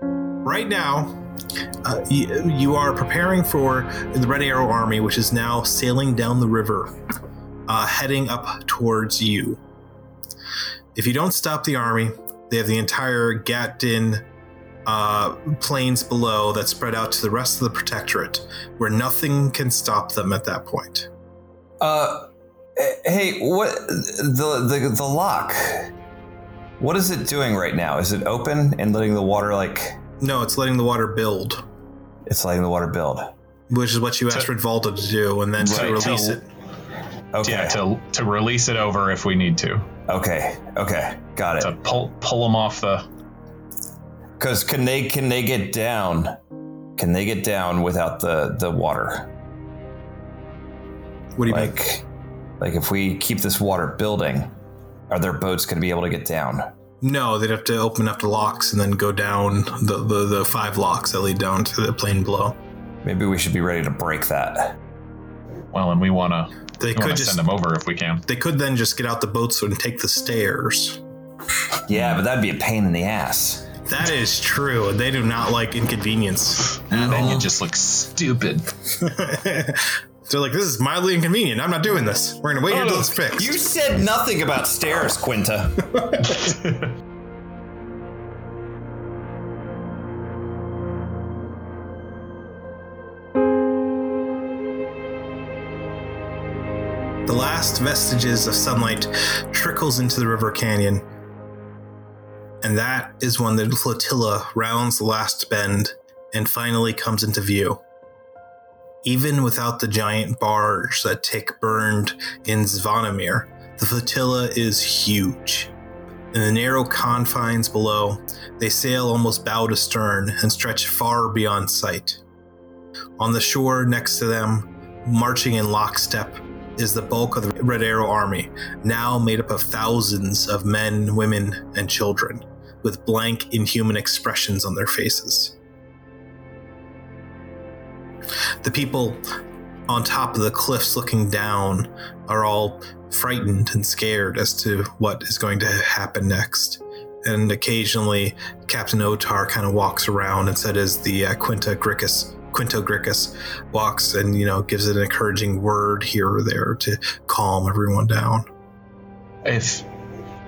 right now, uh, you, you are preparing for the Red Arrow Army, which is now sailing down the river, uh, heading up towards you. If you don't stop the army, they have the entire Gatdin uh, plains below that spread out to the rest of the Protectorate, where nothing can stop them at that point. Uh, eh, hey, what the the the lock? What is it doing right now? Is it open and letting the water like No, it's letting the water build, it's letting the water build? which is what you asked To- Redvalda to do, and then to Right, to- release it. Okay. Yeah, to to release it over if we need to. okay. Okay. Got To it. pull pull them off the. Because can they can they get down? Can they get down without the the water? What do you mean? Like, like if we keep this water building, are their boats going to be able to get down? No, they'd have to open up the locks and then go down the, the, the five locks that lead down to the plane below. Maybe we should be ready to break that. Well, and we wanna They we wanna could send just them over if we can. they could then just get out the boats and take the stairs. Yeah, but that'd be a pain in the ass. That is true. They do not like inconvenience. And then you just look stupid. They're like, this is mildly inconvenient. I'm not doing this. We're gonna wait until Oh, it's fixed. You said nothing about stairs, Quinta. The last vestiges of sunlight trickles into the river canyon. And that is when the flotilla rounds the last bend and finally comes into view. Even without the giant barge that Tick burned in Zvonimir, the flotilla is huge. In the narrow confines below, they sail almost bow to stern and stretch far beyond sight. On the shore next to them, marching in lockstep, is the bulk of the Red Arrow Army, now made up of thousands of men, women, and children, with blank, inhuman expressions on their faces. The people on top of the cliffs looking down are all frightened and scared as to what is going to happen next. And occasionally, Captain Otar kind of walks around, and so does the uh, Quinta Gricus. Quinto Gricus walks and you know gives an encouraging word here or there to calm everyone down. if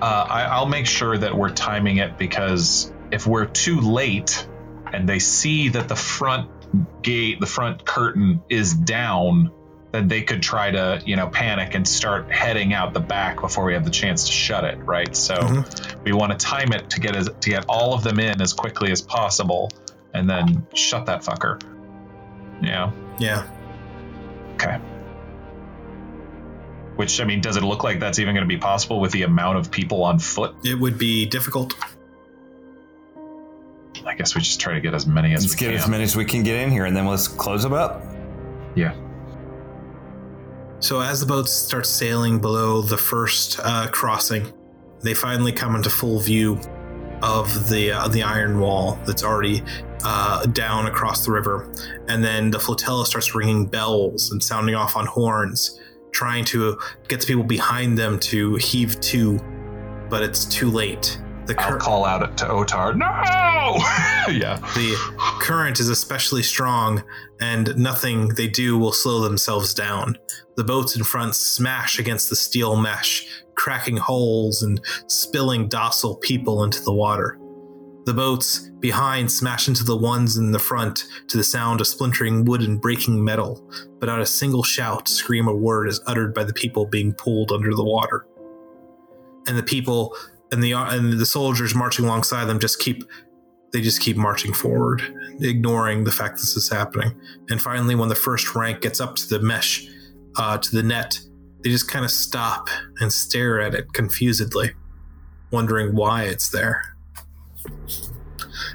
uh, I, I'll make sure that we're timing it because if we're too late and they see that the front gate, the front curtain is down, then they could try to, you know, panic and start heading out the back before we have the chance to shut it, right? So Mm-hmm. we want to time it to get as, to get all of them in as quickly as possible, and then shut that fucker. Yeah. Yeah, Which I mean, does it look like that's even going to be possible with the amount of people on foot? it would be difficult. I guess we just try to get as many as Let's we get can. as many as we can get in here, and then let's close them up. So as the boats start sailing below the first uh, crossing, they finally come into full view of the uh, the iron wall that's already uh, down across the river, and then the flotilla starts ringing bells and sounding off on horns, trying to get the people behind them to heave to, but it's too late. The I'll cur- call out to Otar. No! yeah. The current is especially strong, and nothing they do will slow themselves down. The boats in front smash against the steel mesh, cracking holes and spilling docile people into the water. The boats behind smash into the ones in the front to the sound of splintering wood and breaking metal, but not a single shout, scream, or word is uttered by the people being pulled under the water. And the people and the and the soldiers marching alongside them just keep they just keep marching forward, ignoring the fact this is happening. And finally, when the first rank gets up to the mesh, uh, to the net, they just kind of stop and stare at it confusedly, wondering why it's there.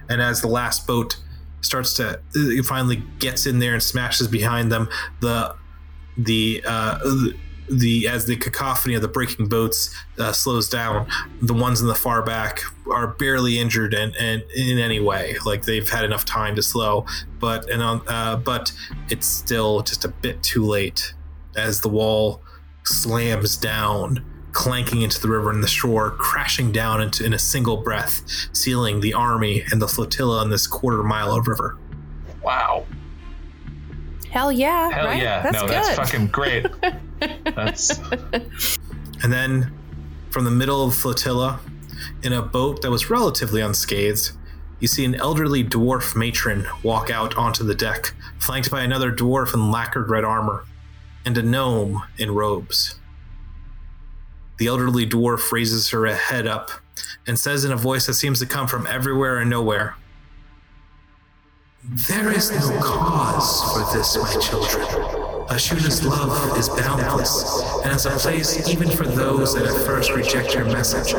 And as the last boat starts to it finally gets in there and smashes behind them, the the uh, the- the as the cacophony of the breaking boats uh, slows down, the ones in the far back are barely injured and in, in, any way. Like they've had enough time to slow, but and on, uh, but it's still just a bit too late as the wall slams down, clanking into the river and the shore, crashing down into in a single breath, sealing the army and the flotilla on this quarter mile of river. Wow. Hell yeah. Hell right? yeah. That's no, good. that's fucking great. that's And then from the middle of the flotilla, in a boat that was relatively unscathed, you see an elderly dwarf matron walk out onto the deck, flanked by another dwarf in lacquered red armor and a gnome in robes. The elderly dwarf raises her head up and says in a voice that seems to come from everywhere and nowhere There is no cause for this, my children. Ashuna's love is boundless and is a place even for those that at first reject your message.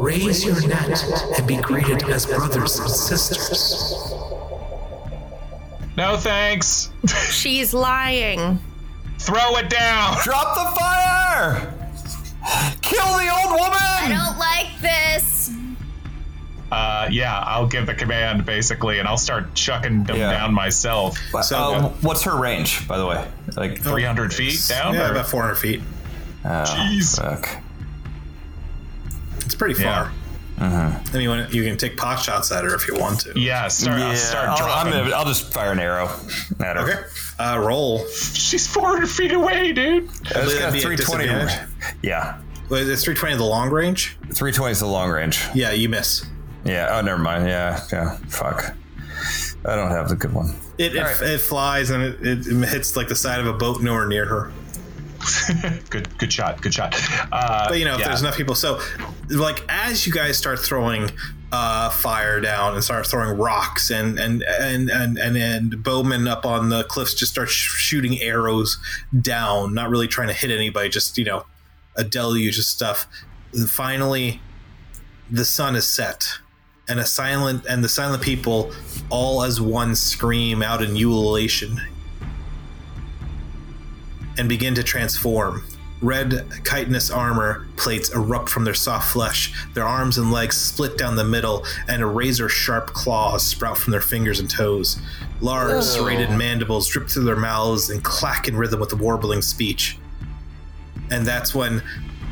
Raise your net and be greeted as brothers and sisters. no thanks. She's lying. Throw it down. Drop the fire! Kill the old I woman! don't like this. Uh, yeah, I'll give the command basically, and I'll start chucking them Yeah. down myself. But, So- um, what's her range, by the way? Like, uh, 300 feet down. Yeah, or- about 400 feet. Jeez. fuck. It's pretty Yeah. Uh-huh. far. I mean, when- you can take pot shots at her if you want to. yeah, Oh, start. I'll start I'll, I'm dropping. gonna, I'll just fire an arrow at her. Okay. Uh, roll. She's 400 feet away, dude. I just Would got that be at 320. disadvantage? Yeah. Wait, is 320 the long range? 320 is the long range. Yeah, you miss. Yeah. Oh, never mind. Yeah. Yeah. Fuck. I don't have the good one. It, it, it flies and it, it, it hits like the side of a boat nowhere near her. good, good shot. Good shot. Uh, But you know, if yeah. there's enough people, so like as you guys start throwing uh, fire down and start throwing rocks and and and and and, and bowmen up on the cliffs just start sh- shooting arrows down, not really trying to hit anybody, just you know, a deluge of stuff. Finally, the sun is set, and a silent and the silent people all as one scream out in ululation and begin to transform. Red chitinous armor plates erupt from their soft flesh, their arms and legs split down the middle, and razor sharp claws sprout from their fingers and toes. Large, serrated mandibles drip through their mouths and clack in rhythm with the warbling speech. And that's when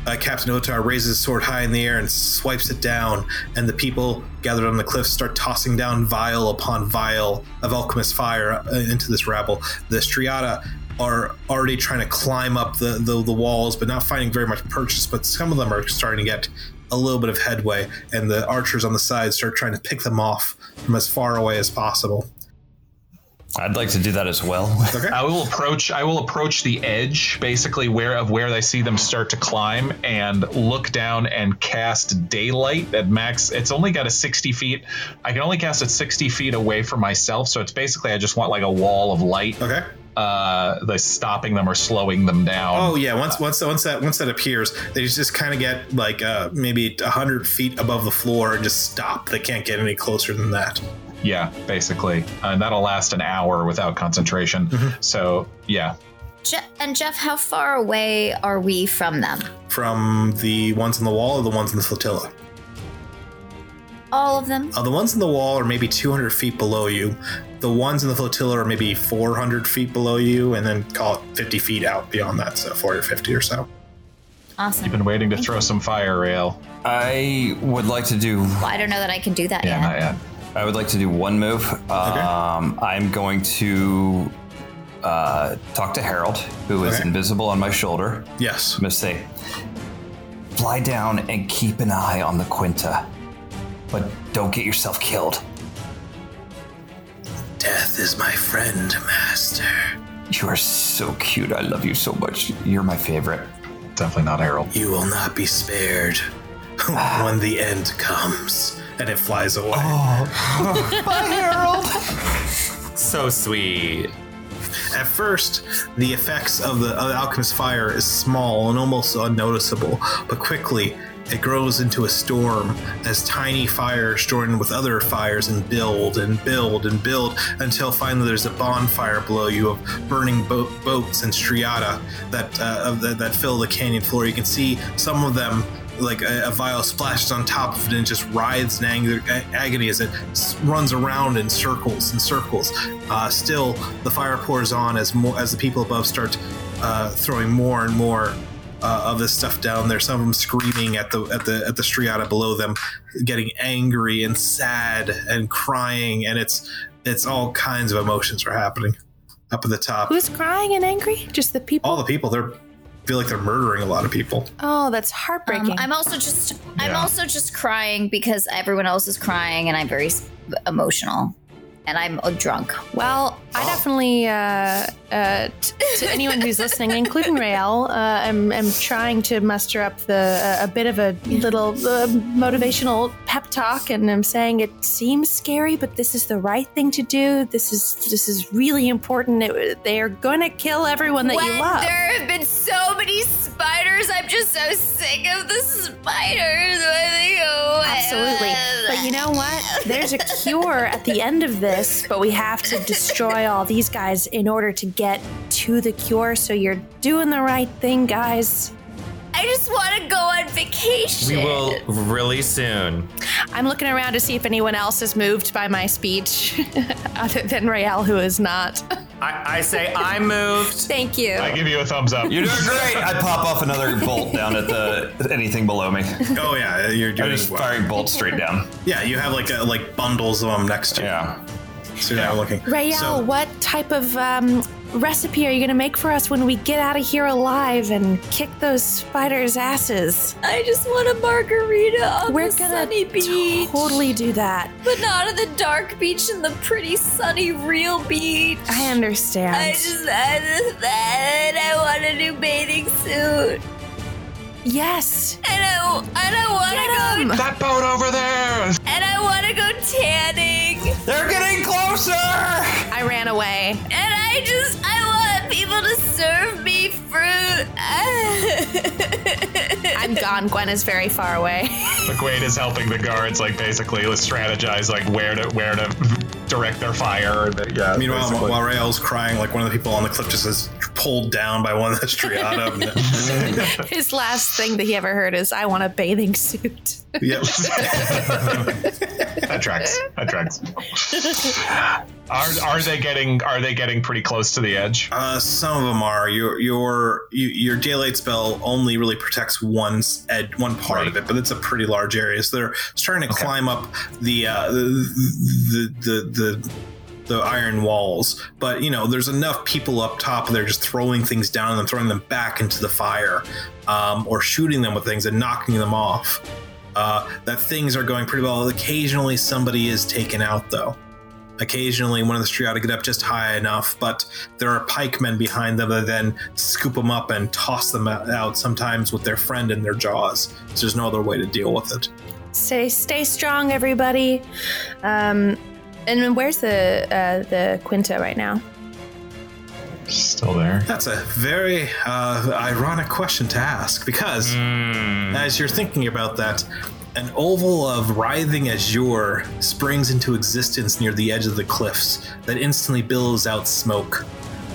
uh, Captain Otar raises his sword high in the air and swipes it down, and the people gathered on the cliff start tossing down vial upon vial of alchemist fire uh, into this rabble. The Striata are already trying to climb up the, the, the walls, but not finding very much purchase, but some of them are starting to get a little bit of headway, and the archers on the side start trying to pick them off from as far away as possible. I'd like to do that as well. I will approach. I will approach the edge, basically where of where I see them start to climb, and look down and cast daylight at max. It's only got a sixty feet. I can only cast it sixty feet away from myself, so it's basically I just want like a wall of light, Okay. uh, that's stopping them or slowing them down. Oh yeah, once once once that once that appears, they just kind of get like uh, maybe hundred feet above the floor and just stop. They can't get any closer than that. Yeah, basically, and that'll last an hour without concentration. So yeah, Je- and Jeff, how far away are we from them? From the ones on the wall or the ones in the flotilla. All of them? Uh, the ones in the wall are maybe two hundred feet below you. The ones in the flotilla are maybe four hundred feet below you, and then call it fifty feet out beyond that, so forty or fifty or so. Awesome. you've been waiting to throw some fire rail. I would like to do. well, I don't know that I can do that Yeah, not yet. yet. I would like to do one move. Um, I'm going to uh, talk to Harold, who is Okay. invisible on my shoulder. Yes. I'm gonna say, fly down and keep an eye on the Quinta, but don't get yourself killed. Death is my friend, master. You are so cute. I love you so much. You're my favorite. Definitely not Harold. You will not be spared when the end comes. And it flies away. So sweet. At first, the effects of the, of the alchemist's fire is small and almost unnoticeable, but quickly it grows into a storm as tiny fires join with other fires and build and build and build until finally there's a bonfire below you of burning bo- boats and striata that, uh, of the, that fill the canyon floor. You can see some of them. Like a, a vial splashes on top of it and just writhes in anger, a- agony as it s- runs around in circles and circles. Uh, still, the fire pours on as more as the people above start uh, throwing more and more uh, of this stuff down there. Some of them screaming at the at the at the striata below them, getting angry and sad and crying, and it's it's all kinds of emotions are happening up at the top. Who's crying and angry? Just the people. all the people they're feel like they're murdering a lot of people. Oh, that's Um, heartbreaking. I'm also just I'm Yeah. also just crying because everyone else is crying and I'm very s- emotional and I'm uh, drunk. well, I definitely, uh, uh, t- to anyone who's listening, including Rael, uh, I'm, I'm trying to muster up the uh, a bit of a little uh, motivational pep talk, and I'm saying it seems scary, but this is the right thing to do. This is this is really important. It, they are gonna kill everyone that you love. there have been so many spiders, I'm just so sick of the spiders. Absolutely. But you know what? There's a cure at the end of this, but we have to destroy all these guys in order to get to the cure. So you're doing the right thing, guys. I just want to go on vacation. We will really soon. I'm looking around to see if anyone else is moved by my speech other than Rael, who is not. I, I say I moved. Thank you. I give you a thumbs up. You're doing great. I pop off another bolt down at the anything below me. Oh yeah, you're I'm doing just well. firing bolts straight down. Yeah, you have like a, like bundles of them next to you. Yeah. So you're not looking. Rael, So- what type of um, recipe are you going to make for us when we get out of here alive and kick those spiders' asses? I just want a margarita on We're the gonna sunny beach, Totally do that. but not on the dark beach and the pretty sunny real beach. I understand. I just, I just, and I want a new bathing suit. yes. And I, and I want to go, that boat over there. and I want to go tanning. They're getting closer. I ran away. And I just, I want people to serve me fruit. I'm gone. Gwen is very far away. McQuaid is helping the guards, like basically, let's strategize, like where to where to direct their fire. and the- Yeah. Meanwhile, basically. while Rael's crying, like one of the people on the cliff just is pulled down by one of the striata. His last thing that he ever heard is, I want a bathing suit. yep. that tracks. That tracks. Are, are they getting are they getting pretty close to the edge? Uh, some of them are. Your your you- your daylight spell only really protects one s- ed, one part of Right. it, but it's a pretty large area. So they're starting to Okay. climb up the, uh, the the the the. The iron walls, but you know, there's enough people up top. They're just throwing things down and throwing them back into the fire, um, or shooting them with things and knocking them off. Uh, that things are going pretty well. Occasionally, somebody is taken out, though. Occasionally, one of the striata get up just high enough, but there are pikemen behind them that then scoop them up and toss them out, sometimes with their friend in their jaws. So there's no other way to deal with it. Stay, stay strong, everybody. Um, and then where's the uh, the Quinta right now? Still there. That's a very uh, ironic question to ask because as you're thinking about that, an oval of writhing azure springs into existence near the edge of the cliffs that instantly billows out smoke.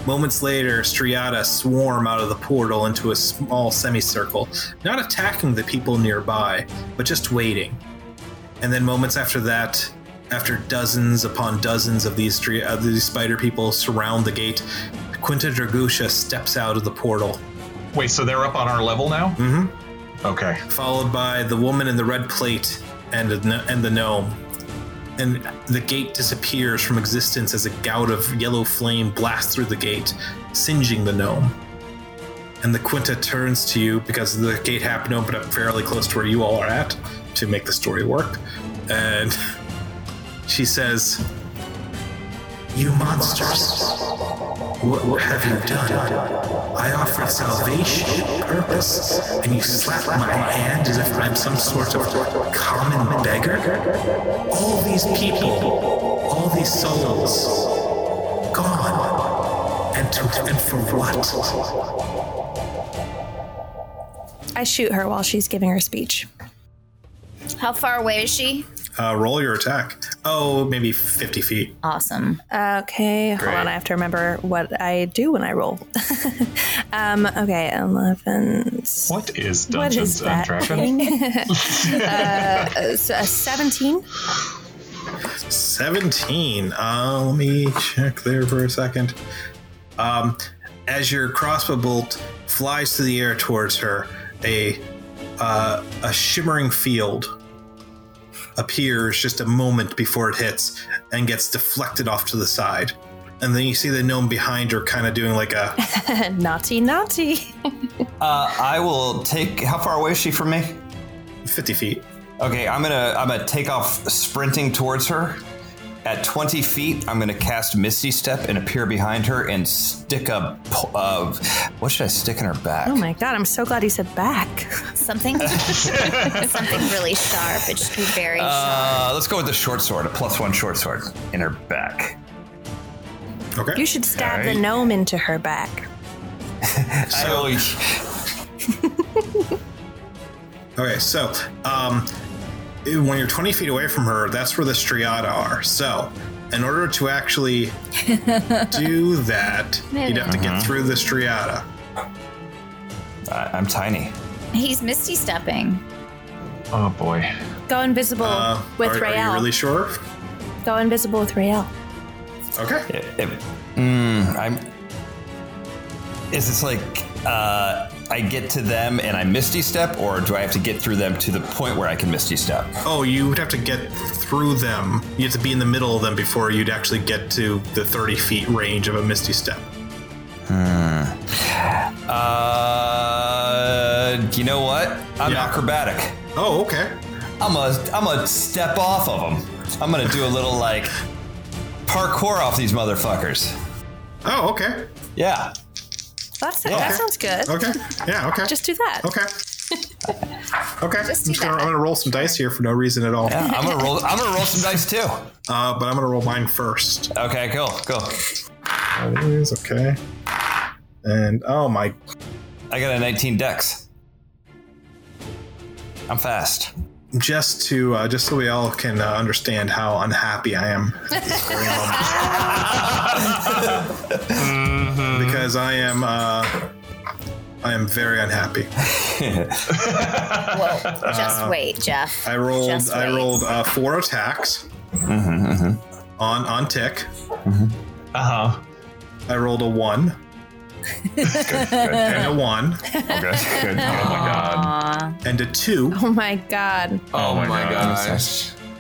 Moments later, striata swarm out of the portal into a small semicircle, not attacking the people nearby, but just waiting. And then moments after that, after dozens upon dozens of these, stri- of these spider people surround the gate, Quinta Dragusha steps out of the portal, Wait, so they're up on our level now? Mhm. Mm-hmm. Okay. followed by the woman in the red plate and, a gn- and the gnome. And the gate disappears from existence as a gout of yellow flame blasts through the gate, singeing the gnome. And the Quinta turns to you because the gate happened to open up fairly close to where you all are at to make the story work. And she says, You monsters, what, what have you done? I offered salvation, purpose, and you slap my hand as if I'm some sort of common beggar? All these people, all these souls, gone. And, to, and for what? I shoot her while she's giving her speech. How far away is she? Uh, roll your attack. Oh, maybe 50 feet. Awesome. Uh, Okay, hold on. I have to remember what I do when I roll. um, okay, 11. What is What Dungeons is and that? Dragons? thing? uh, so a 17. 17. Uh, let me check there for a second. Um, as your crossbow bolt flies through the air towards her, a uh, a shimmering field appears just a moment before it hits and gets deflected off to the side. And then you see the gnome behind her kind of doing like a naughty, naughty. Oh Uh, I will take. How far away is she from me? 50 feet. Okay, I'm gonna I'm gonna take off sprinting towards her. At 20 feet, I'm gonna cast Misty Step and appear behind her and stick a. po- Uh, what should I stick in her back? Oh my god, I'm so glad he said back. Something, something really sharp. It should be very Uh, let's go with the short sword, a plus one short sword in her back. Okay. You should stab Alright. the gnome into her back. So Okay, so um, when you're 20 feet away from her, that's where the striata are. So, in order to actually do that, you'd have to get through the striata. I, I'm tiny. sharp. He's misty stepping. Oh boy. Go invisible Uh, with are, are Rael. you really sure? Go invisible with Rael. Okay. It, it, mm, I'm. Is this like uh, I get to them and I Misty Step, or do I have to get through them to the point where I can Misty Step? Oh, you would have to get through them. You have to be in the middle of them before you'd actually get to the 30 feet range of a Misty Step. Uh, you know what? I'm Yeah. acrobatic. Oh, okay. I'm a I'm a step off of them. I'm gonna do a little like parkour off these motherfuckers. Oh, okay. Yeah. That's Yeah. That sounds good. Okay. Yeah, okay. Just do that. okay. Okay. Just I'm, do just gonna, that. I'm gonna roll some dice here for no reason at all. Yeah, I'm gonna roll. I'm gonna roll some dice too. Uh, but I'm gonna roll mine first. Okay, cool, cool. That is okay. And oh my, I got a 19 dex. I'm fast. just to uh, just so we all can uh, understand how unhappy I am at this very moment. because I am uh, I am very unhappy. Whoa! Just wait, Jeff. uh, I rolled Just I wait. rolled uh, four attacks on on tick. Uh huh. I rolled a one and a one Good, good. Oh my god. Aw. and a two Oh my god. Oh my, god.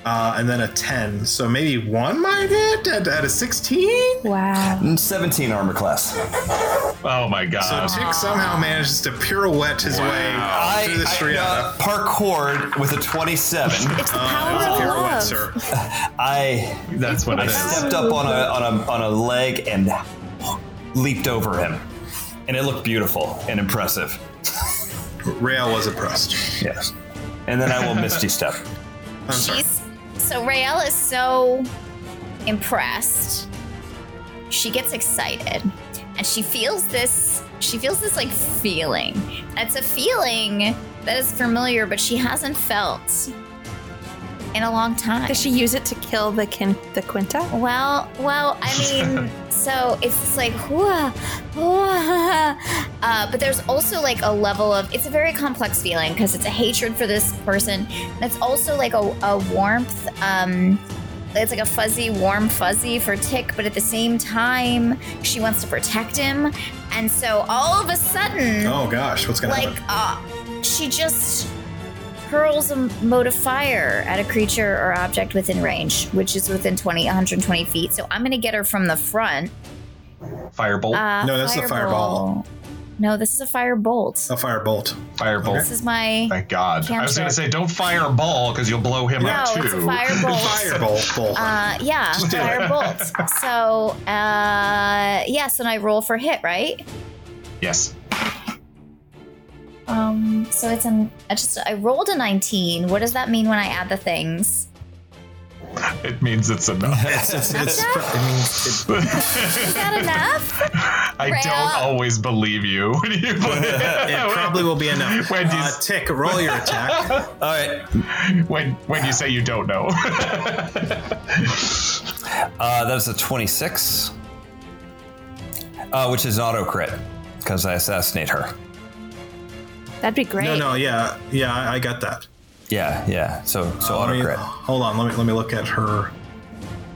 uh, and then a ten. So maybe one might hit at, at a sixteen. Wow. 17 armor class. Oh my So god. Tick somehow manages to pirouette his way through the street. uh, parkoured with a 27. It's the power of love. I That's what it is. stepped up on a on a on a leg and leaped over him, and it looked beautiful and impressive. Rail was impressed. Yes. And then I will misty step. I'm sorry. She's so Rael is so impressed. She gets excited, and she feels this. She feels this like feeling. It's a feeling that is familiar, but she hasn't felt in a long time. Does she use it to kill the kin- the Quinta? Well, well, I mean, so it's like, whoa, whoa. Uh, but there's also like a level of, it's a very complex feeling because it's a hatred for this person. That's also like a, a warmth. Um, it's like a fuzzy, warm fuzzy for Tick, but at the same time, she wants to protect him. And so all of a sudden, Oh gosh, what's gonna like happen? uh, she just hurls a mode of fire at a creature or object within range which is within 20 120 feet so i'm gonna get her from the front Firebolt. uh, Oh, No, that's the fireball. no this is a fire bolt A firebolt. Firebolt. this is my Thank God. I was Cantrip. gonna say, don't fire a ball because you'll blow him no up too. it's a fire bolt Firebolt. bolt. uh yeah do it. fire bolt so uh yes and i roll for hit right Yes. Um, so it's an I just I rolled a 19. What does that mean when I add the things? It means it's enough. Is that enough? I Rail. don't always believe you when you play Oh, it probably will be enough. When do you- Uh, tick, roll your attack. All right. when when you say you don't know. Uh, that is a 26, uh, which is an auto crit because I assassinate her. That'd be great. no, no, yeah, yeah, I, I got that. Yeah, yeah. So so Let auto me- crit. hold on, let me let me look at her.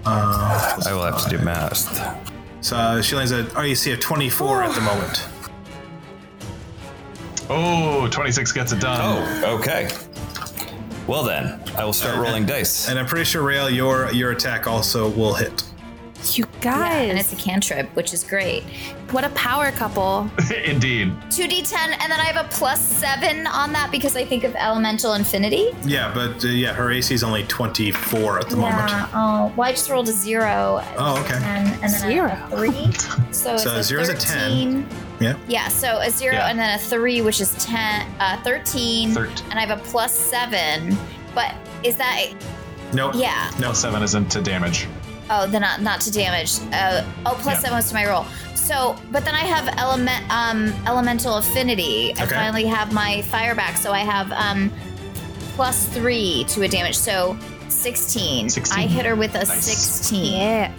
I will have to do math. Uh, So uh, she lands at REC of 24 at the moment. Oh, 26 gets it done. Oh, okay. Well then, I will start rolling dice. And I'm pretty sure Rail, your your attack also will hit. You guys, And it's a cantrip, which is great. what a power couple. Oh. Indeed. 2d10, and then I have a plus seven on that because I think of elemental infinity. Yeah, but uh, yeah, her AC is only 24 at the moment. Yeah. Oh, well, I just rolled a zero. Oh, okay. And, and then Zero. I have a three. So, it's So a zero's a 10. 13. Yeah. Yeah, so a zero Yeah. and then a three, which is 10, uh, 13, Thirt- And I have a plus seven. But is that, Nope. yeah. No. No, seven isn't to damage. Oh, then not, not to damage. Uh, oh, plus Yeah. seven was to my roll. So, but then I have element, um, elemental affinity. I Okay. finally have my fire back, so I have um, plus three to a damage. So, 16. 16. I hit her with a Nice. 16. Yeah.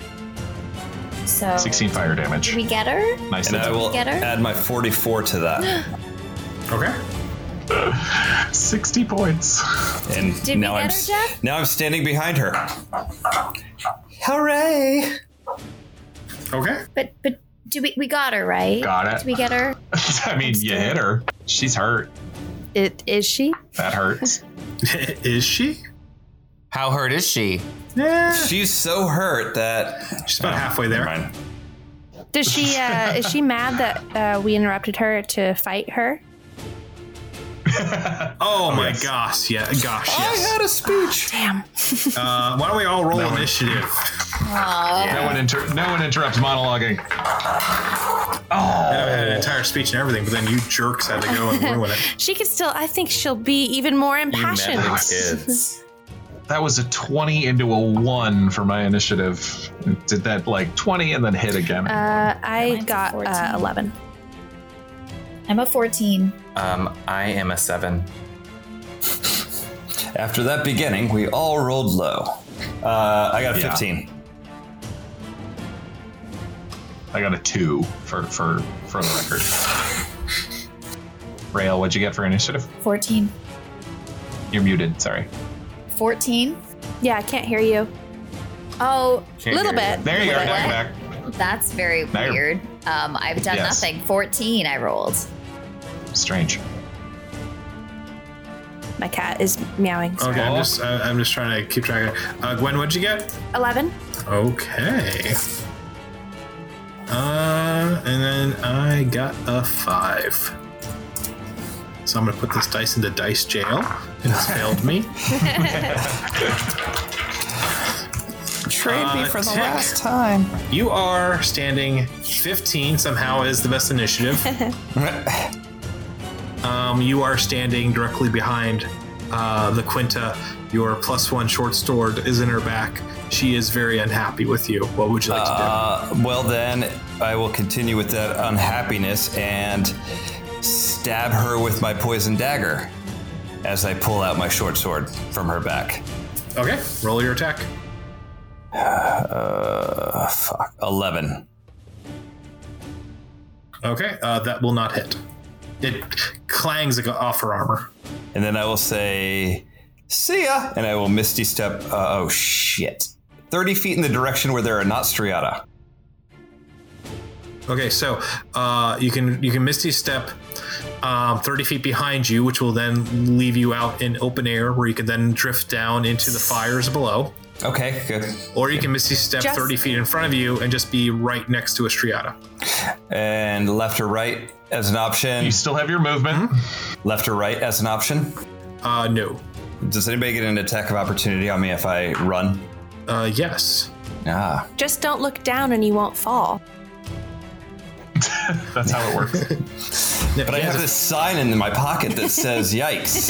So, 16 fire Did damage. we get her? Nice. And I hit. will Get her? add my 44 to that. Okay. 60 points. And Did we now get I'm her, s- Jeff? now I'm standing behind her. Hooray! Okay. But, but, do we, we got her, right? Got it. Did we get her? I mean, you hit her. She's hurt. It is she? That hurts. is she? How hurt is she? Yeah. She's so hurt that She's about halfway there. Never mind. Does she? Uh, is she mad that uh, we interrupted her to fight her? Oh, my yes. gosh. Yeah. Gosh. I Yes. had a speech. Damn. Uh, why don't we all roll That one. initiative? Aw. No one inter- no one interrupts monologuing. I know I had an entire speech and everything, but then you jerks had to go and ruin it. She could still. I think she'll be even more You impassioned. meddling kids. That was a 20 into a 1 for my initiative. It did that like 20 and then hit again. Uh, I Mine's a got uh, 14. eleven. I'm a 14. Um, I am a seven. After that beginning, we all rolled low. Uh, I got a Yeah. 15. I got a 2 for for for the record. Rail, what'd you get for initiative? 14. You're muted, sorry. 14? Yeah, I can't hear you. Oh, A Can't little hear you. bit. There you go. What? Now you're back. that's very Now you're- weird. Um, I've done Yes. nothing. 14 I rolled. Strange. My cat is meowing. sorry. Okay. I'm just I, I'm just trying to keep track. Of uh, Gwen, what'd you get? Eleven. Okay. Uh, and then I got a five. So I'm gonna put this dice into dice jail, and it's failed me. Trade me Uh, for the tick. last time. You are standing 15. Somehow is the best initiative. Um, you are standing directly behind uh, the Quinta. Your plus one short sword is in her back. She is very unhappy with you. What would you like to Uh, well, then, I will continue with that unhappiness and stab her with my poison dagger as I pull out my short sword from her back. do? Okay, roll your attack. Uh, fuck. 11. Okay, uh, that will not hit. It clangs ag- off her armor. And then I will say, see ya. And I will misty step. Uh, oh, shit. 30 feet in the direction where there are not striata. Okay, so uh, you can you can misty step um, 30 feet behind you, which will then leave you out in open air, where you can then drift down into the fires below, Okay, good. or you can misty step Just- 30 feet in front of you and just be right next to a striata. And left or right as an option. You still have your movement. Left or right as an option. Uh, no. Does anybody get an attack of opportunity on me if I run? Uh, yes. Ah, Just don't look down and you won't fall. That's how it works. But I have this sign in my pocket that says "Yikes."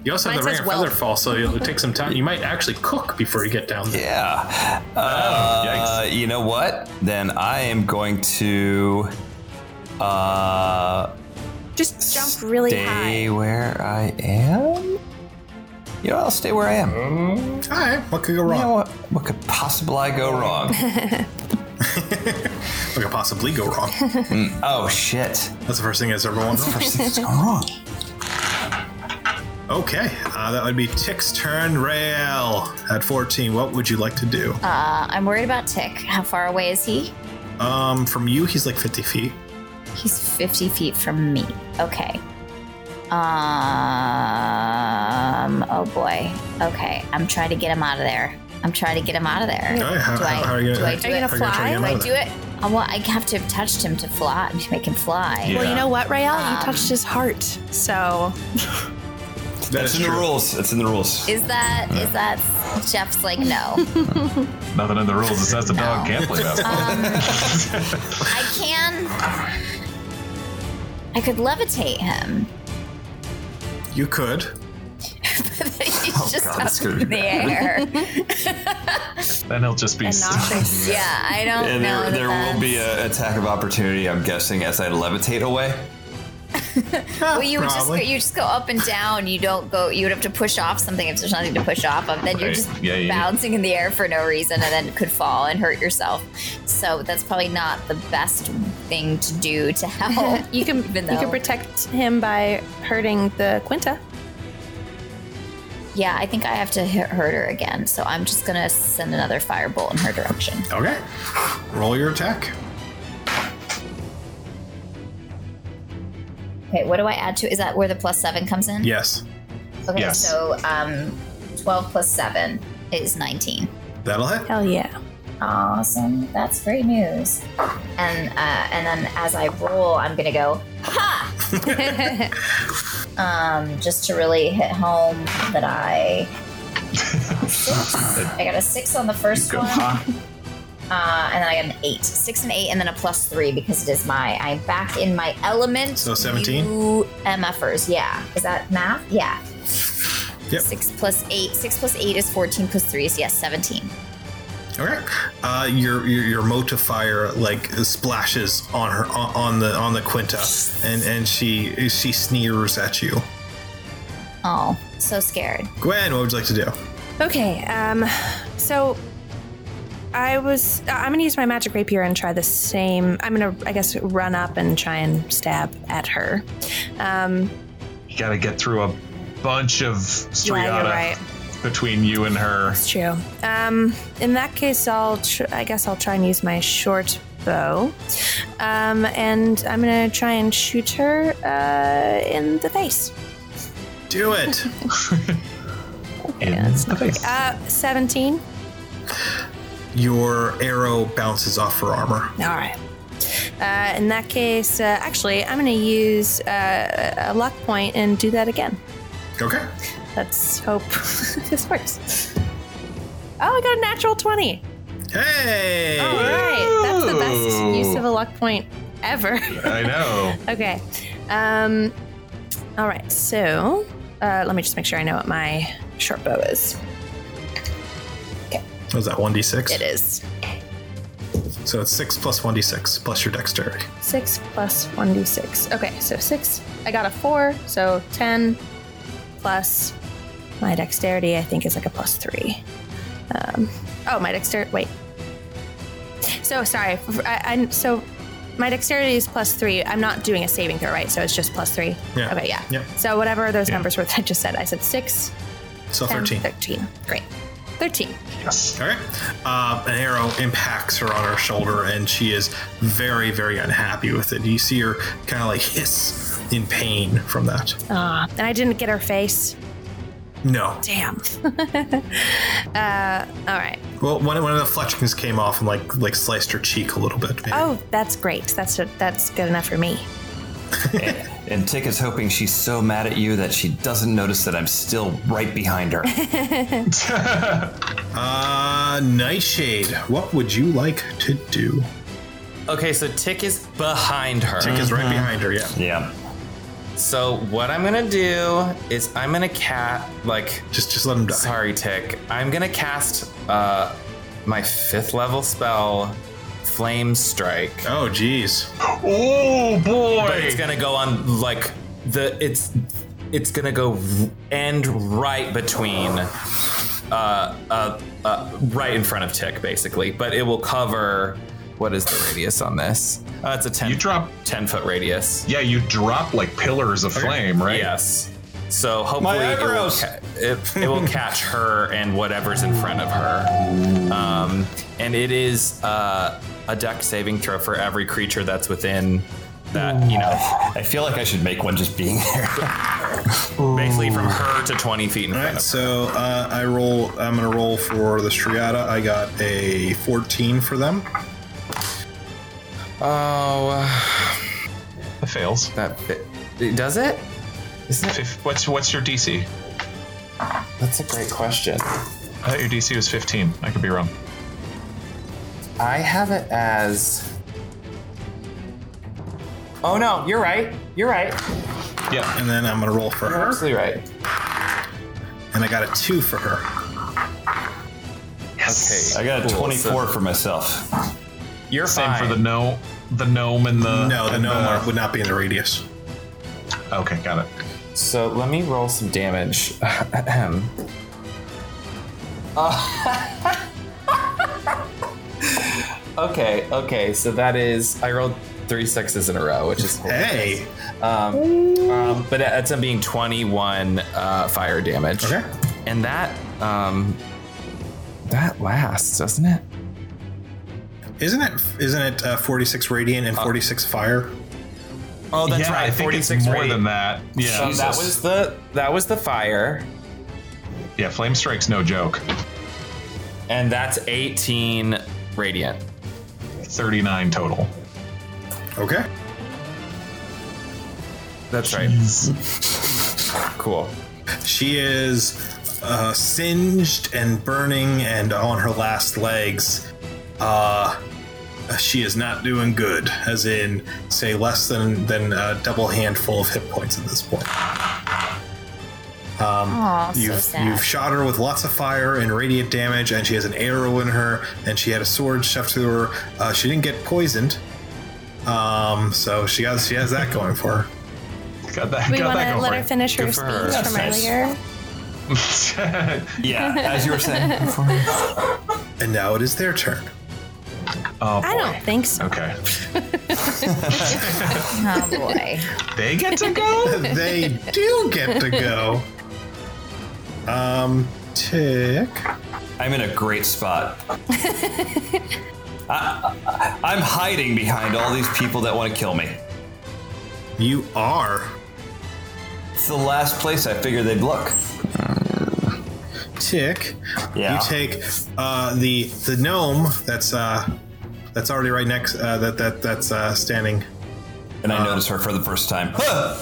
You also have Mine the ring says of whelp. feather fall, so you'll take some time. You might actually cook before you get down there. yeah. Uh, yikes. You know what? Then I am going to uh, Just jump really stay high. where I am. You know, I'll stay where I am. You All right, what could go wrong? know what? What could possibly go wrong? What could possibly go wrong? oh shit! Oh, That's the first thing that's ever gone wrong. It's gone wrong. Okay, uh, that would be Tick's turn. Rael at 14. What would you like to do? Uh, I'm worried about Tick. How far away is he? Um, from you, he's like 50 feet. He's 50 feet from me. Okay. Um. Oh boy. Okay. I'm trying to get him out of there. I'm trying to get him out of there. All right, how, Do I- how, how are you do I going do to Are you it? gonna fly? Do I do it? I want. I have to have touched him to fly to make him fly. Yeah. Well, you know what, Rael? Um, you touched his heart, so That's in the rules. That's in the rules. Is that is that Jeff's like no? Nothing in the rules that says the dog can't play basketball. Um, I can. I could levitate him. You could. But he's Oh, just God, up that's good. in the air. then he'll just be. and nauseous. yeah, I don't And know. there, that there will be that's- an attack of opportunity, I'm guessing, as I levitate away. Well, you would just go, Probably. you just go up and down. You don't go. You would have to push off something if there's nothing to push off of. Then you're Right. just Yeah, yeah. bouncing in the air for no reason, and then could fall and hurt yourself. So that's probably not the best thing to do to help. you can Even you though- can protect him by hurting the Quinta. yeah, I think I have to hit, hurt her again. So I'm just gonna send another firebolt in her direction. Okay. Roll your attack. Okay, what do I add to? Is that where the plus seven comes in? Yes. Okay, Yes. so um, 12 plus 7 is 19. That'll hit. Hell yeah! Awesome. That's great news. And uh, and then as I roll, I'm going to go, ha! um, just to really hit home that I. I got a 6 on the first Go, one. huh? Uh, and then I got an 8. 6 and 8, and then a plus 3 because it is my. I'm back in my element. So 17? You MFers. Yeah. Is that math? Yeah. Yep. Six plus eight. Six plus eight is fourteen. Plus three is yes, seventeen. Okay. Uh, your your your motifier like splashes on her on, on the on the Quinta, and and she she sneers at you. Oh, so scared. Gwen, what would you like to do? Okay, um, so I was I'm gonna use my magic rapier and try the same. I'm gonna I guess run up and try and stab at her. Um, You gotta get through a bunch of striata yeah, you're right. between you and her. It's true. Um, in that case, I'll tr- I guess I'll try and use my short bow, um, and I'm gonna try and shoot her uh, in the face. Do it. In the face. Uh, 17. your arrow bounces off her armor. All right. Uh, in that case, uh, actually, I'm gonna use uh, a luck point and do that again. Okay. Let's hope this works. Oh, I got a natural 20. Hey. All right. That's the best use of a luck point ever. I know. okay. Um, all right. So uh, let me just make sure I know what my short bow is. What Was that one d six? It is So it's six plus one d six plus your dexterity. 6 plus 1d6. Okay. So 6. I got a 4. So 10 plus my dexterity, I think, is like a plus 3. Um, oh, my dexterity. Wait. So sorry. f- I, I'm- so my dexterity is plus 3. I'm not doing a saving throw, right? So it's just plus 3. Yeah. Okay. Yeah. Yep. So whatever those Yeah. numbers were that I just said, I said 6, So 10, thirteen. 13. Great. 13. Yes. All right. Uh, an arrow impacts her on her shoulder, and she is very, very unhappy with it. You see her kind of like hiss in pain from that. Ah, and I didn't get her face. No. Damn. uh, all right. Well, one, one of the fletchings came off and like like sliced her cheek a little bit. Maybe. Oh, that's great. That's that's good enough for me. and, and Tick is hoping she's so mad at you that she doesn't notice that I'm still right behind her. Uh, Nightshade. What would you like to do? Okay, so Tick is behind her. Tick is Uh-huh. right behind her. Yeah. yeah. So what I'm gonna do is I'm gonna cat like Just just let him die. sorry Tick. I'm gonna cast uh my fifth level spell, Flame Strike. Oh, jeez. oh But boy. it's gonna go on like the it's it's gonna go end right between uh, uh uh right in front of Tick basically. But it will cover what is the radius on this? Uh, it's a ten You drop. ten foot radius. Yeah, you drop like pillars of flame, right? Yes. So hopefully it will, eyebrows. ca- it, it will catch her and whatever's in front of her. Um, and it is uh, a deck saving throw for every creature that's within that, you know, I feel like I should make one just being there. basically from her to 20 feet in All front right, of so uh, I roll. I'm gonna roll for the Striata. I got a 14 for them. her. Oh, It fails. that bit. Does it? Isn't Fif- What's what's your DC? That's a great question. I thought your DC was 15. I could be wrong. I have it as. Oh no, you're right. You're right. Yeah. And then I'm gonna roll for her, Absolutely right. and I got a two for her. Yes. I got a 24 for myself. You're Same fine. for the gnome, the gnome and the No, the and gnome are- would not be in the radius. Okay, got it. So let me roll some damage. Ahem. Uh, okay, okay. So that is I rolled three sixes in a row, which is Hey. um, um, but it ends up being twenty-one uh, fire damage. Okay. and that um, that lasts, doesn't it? Isn't it? Isn't it uh, 46 radiant and 46 fire? Oh, yeah, I think it's more than that. Yeah. So that was the that was the fire, Yeah, flame strike's no joke. and that's eighteen radiant. 39 total. Okay. That's right. Cool. She is uh, singed and burning and on her last legs. Uh, she is not doing good, as in, say, less than than a double handful of hit points at this point. Aw, Oh, so You've, sad. you've shot her with lots of fire and radiant damage, and she has an arrow in her, and she had a sword shoved through her. Uh, she didn't get poisoned, um, so she has she has that going for her. Got that, We got want that to going let for her you. finish her Good speech for her. from That's nice. earlier. Yeah, as you were saying before. And now it is their turn. oh, I don't think so. Okay. oh boy. They get to go? they do get to go. Um, tick. I'm in a great spot. I, I'm hiding behind all these people that want to kill me. You are. It's the last place I figured they'd look. Tick. Yeah. You take uh, the the gnome that's uh, that's already right next uh, that that that's uh, standing. and uh, I notice her for the first time. Huh!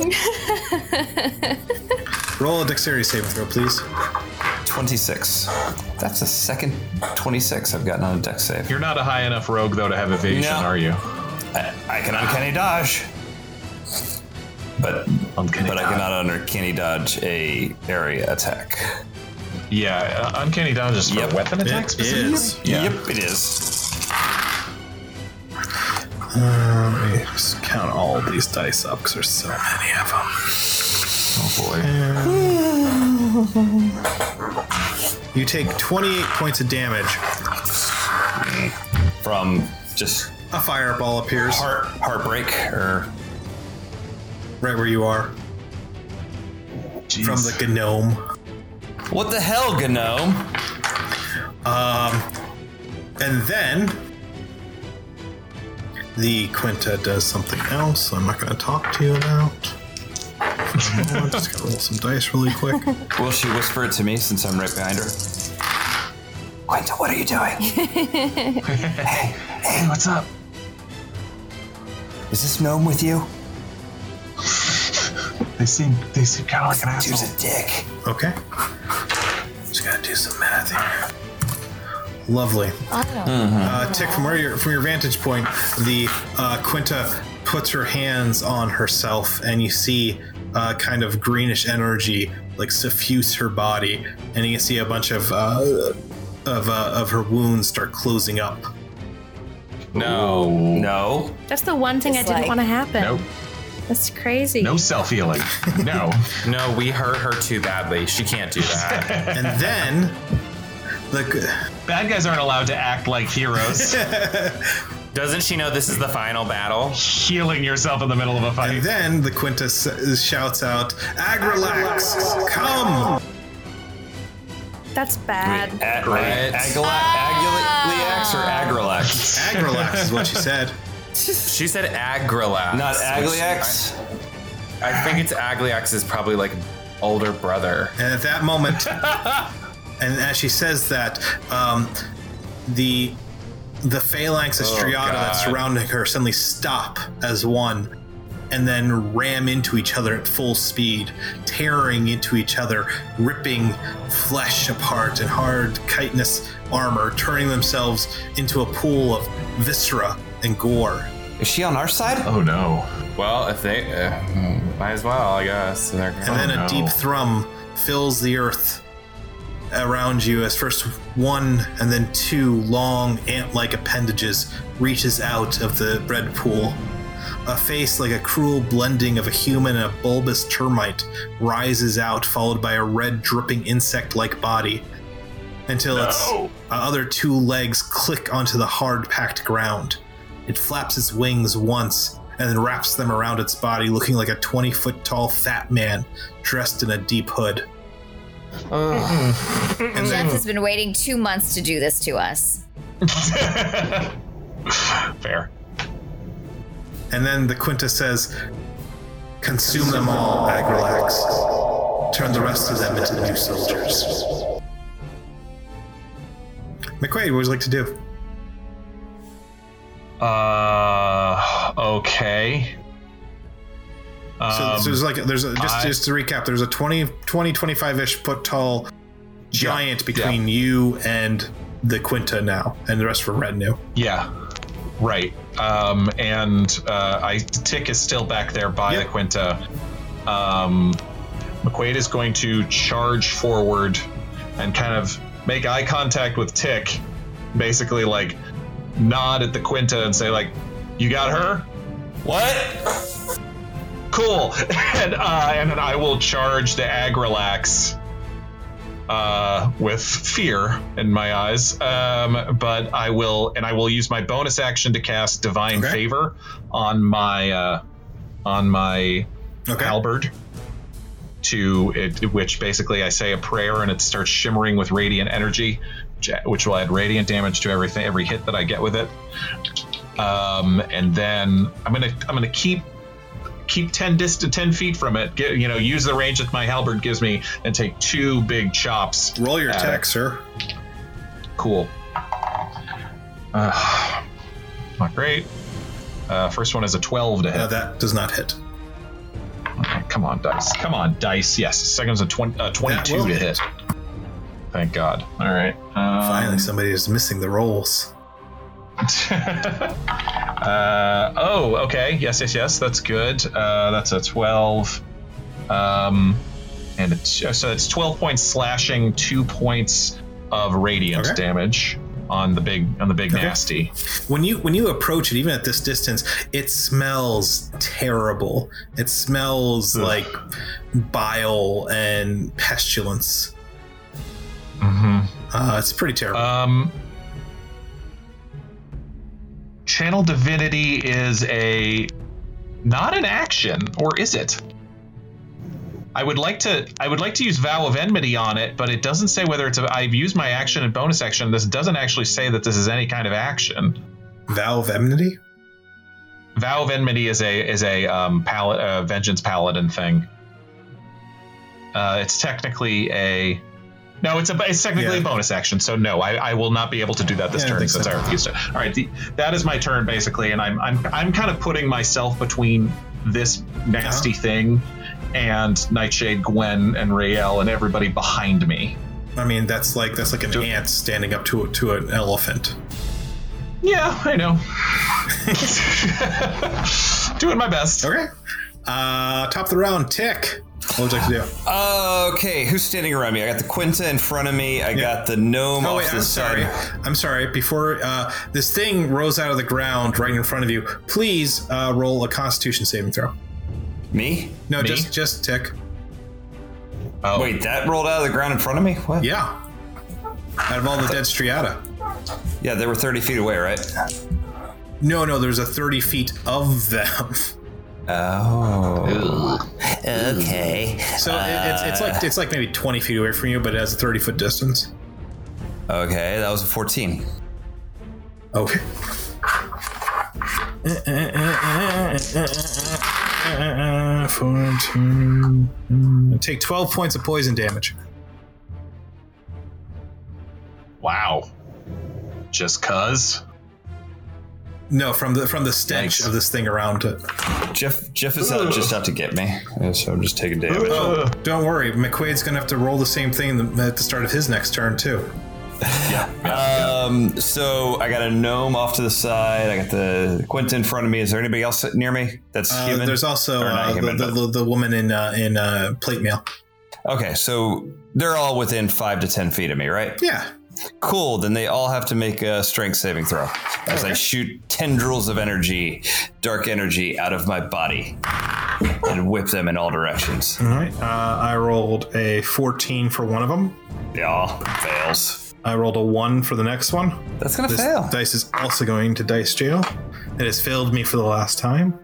Roll a dexterity saving throw, please. 26. That's the second 26 I've gotten on a deck save. You're not a high enough rogue, though, to have evasion, No. are you? I, I can uncanny dodge. But Uncanny but I dodge. cannot uncanny dodge a area attack. Yeah, uh, uncanny dodge is for Yep. weapon It attacks. specifically? is. Yeah. Yep, it is. Um, let me just count all these dice up because there's so many of them. Oh, boy. You take 28 points of damage. From just A fireball appears heart heartbreak or right where you are Jeez. from the gnome. what the hell, gnome? And then the Quinta does something else. I'm not going to talk to you about. I'm just going to roll some dice really quick. Will she whisper it to me since I'm right behind her? Quinta, what are you doing? Hey, what's up? Is this gnome with you? They seem they seem kind of like an Dude's a asshole. dick. Okay. Just got to do some math here. Lovely. Uh, Tick, from where you from your vantage point, the uh, Quinta puts her hands on herself, and you see uh, kind of greenish energy like suffuse her body, and you can see a bunch of uh, of uh, of her wounds start closing up. No. No. That's the one thing I It's didn't like- want to happen. Nope. That's crazy. No self healing. No. No, we hurt her too badly. She can't do that. And then the Bad guys aren't allowed to act like heroes. Doesn't she know this is the final battle? Healing yourself in the middle of a And fight. then the Quintus shouts out, Agrilax, come! That's Wait, bad. Ag- Great. Agula- Ah. Aguliax or Agrilax? Agrilax is what she said. She said Agrilax. Not which Agliax? I, I think it's Agliax is probably like older brother. And at that moment, and as she says that, um, the the phalanx of striata that's God. surrounding her suddenly stop as one, and then ram into each other at full speed, tearing into each other, ripping flesh apart and hard chitinous armor, turning themselves into a pool of viscera and gore. Is she on our side? Oh no. Well, if they uh, hmm, might as well, I guess. They're gonna- and then Oh, no. a deep thrum fills the earth around you as first one and then two long ant-like appendages reaches out of the red pool a face like a cruel blending of a human and a bulbous termite rises out followed by a red dripping insect-like body until its uh, No. other two legs click onto the hard packed ground it flaps its wings once and then wraps them around its body, looking like a 20 foot tall fat man dressed in a deep hood. And Jeff then, has been waiting two months to do this to us. Fair. and then the Quinta says, Consume them all, Agrilax. Turn the rest of them into new soldiers. McQuaid, what would you like to do? Uh, okay. So, Um, so there's like there's a, just I- just to recap, there's a 20 20 25 ish foot tall giant between you and the Quinta now, and the rest of her retinue. yeah, right. Um, and uh, I tick is still back there by Yep. the Quinta. Um, McQuaid is going to charge forward and kind of make eye contact with Tick, basically like nod at the Quinta and say like, "You got her." What? Cool. And uh, and then I will charge the Agrilax uh, with fear in my eyes. Um, but I will and I will use my bonus action to cast Divine Okay. Favor on my uh, on my Okay. halberd. To it, which basically I say a prayer and it starts shimmering with radiant energy, which- which will add radiant damage to everything every hit that I get with it. Um, and then I'm gonna I'm gonna keep keep 10 distant 10 feet from it get, you know use the range that my halberd gives me and take two big chops Roll your at attack, it. sir. cool uh, not great uh, first one is a 12 to hit Uh, that does not hit. come on dice come on dice yes second one's a 20, uh, 22 will to hit. hit thank god all right um, Finally, somebody is missing the rolls. uh, oh, okay. Yes, yes, yes. That's good. Uh, that's a 12. Um, and it's, oh, so it's 12 points slashing, two points of radiant Okay. damage on the big on the big Okay. nasty. When you when you approach it, even at this distance, it smells terrible. It smells Ugh. like bile and pestilence. Mm-hmm. Uh, it's pretty terrible. Um, Channel divinity is a not an action, or is it? I would like to I would like to use vow of enmity on it, but it doesn't say whether it's a I've used my action and bonus action. This doesn't actually say that this is any kind of action. Vow of enmity. Vow of enmity is a is a um, pal- uh, vengeance paladin thing. Uh, it's technically a no, it's a it's technically Yeah. a bonus action, so no, I, I will not be able to do that this Yeah, I turn think since so. I refused it. All right, the, that is my turn basically, and I'm I'm I'm kind of putting myself between this nasty Uh-huh. thing and Nightshade, Gwen, and Rael, and everybody behind me. I mean, that's like that's like an Do- ant standing up to to an elephant. Yeah, I know. Doing my best. Okay. Uh, top of the round, tick. What would you like to do? Uh, Okay, who's standing around me? I got the Quinta in front of me. I got the gnome Oh off wait, the I'm side. sorry. I'm sorry. Before uh, this thing rose out of the ground right in front of you, please uh, roll a Constitution saving throw. Me? No, Me? just just tick. Oh. Wait, that rolled out of the ground in front of me? What? Yeah. Out of all the dead striata. Yeah, they were 30 feet away, right? No, no, there's a 30 feet of them. Oh. Okay. So it, it's, it's like it's like maybe 20 feet away from you, but it has a 30 foot distance. Okay, that was a 14. Okay. Four, two, Take 12 points of poison damage. Wow. Just cuz? No, from the from the stench Yikes. of this thing around it. Jeff Jeff is out, just out to get me, so I'm just taking damage. Oh, don't worry. McQuaid's gonna have to roll the same thing at the start of his next turn too. Um, so I got a gnome off to the side. I got the Quint in front of me. Is there anybody else near me that's Uh, human? There's also Or not uh, human, the, the, the, the woman in uh, in uh, plate mail. Okay, so they're all within five to ten feet of me, right? Yeah, Cool. Then they all have to make a strength saving throw as I shoot tendrils of energy, dark energy, out of my body and whip them in all directions. All right. Uh, I rolled a 14 for one of them. Yeah, fails. I rolled a 1 for the next one. That's gonna This fail. dice is also going to dice jail. It has failed me for the last time.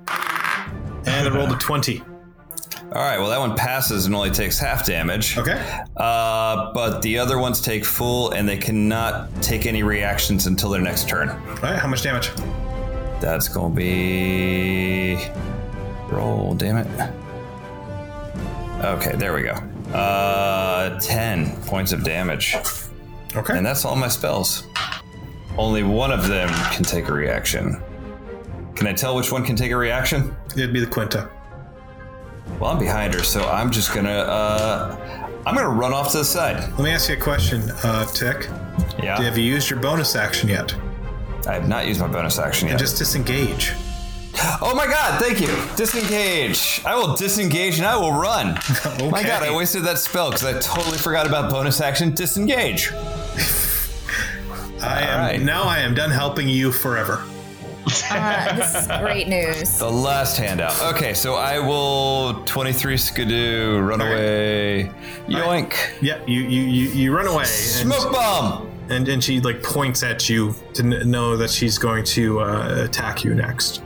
And I rolled a 20. all right. Well, that one passes and only takes half damage. Okay. Uh, but the other ones take full, and they cannot take any reactions until their next turn. All right. How much damage? That's gonna be roll. Damn it. Okay, there we go. Uh, ten points of damage, Okay. and that's all my spells. Only one of them can take a reaction. Can I tell which one can take a reaction? It'd be the Quinta. Well, I'm behind her, so I'm just gonna uh, I'm gonna run off to the side. Let me ask you a question, uh, Tick. Yeah, Have you used your bonus action yet? I have not used my bonus action yet. And just disengage. Oh my god, thank you. Disengage. I will disengage and I will run. My Okay. god, I wasted that spell because I totally forgot about bonus action disengage. I am right. now. I am done helping you forever. Uh, this is great news. The last handout. Okay, so I will 23 skidoo, run Alright. away, yoink, Yeah. You you you, you run away. and- smoke bomb. and and she like points at you to n- know that she's going to uh, attack you next.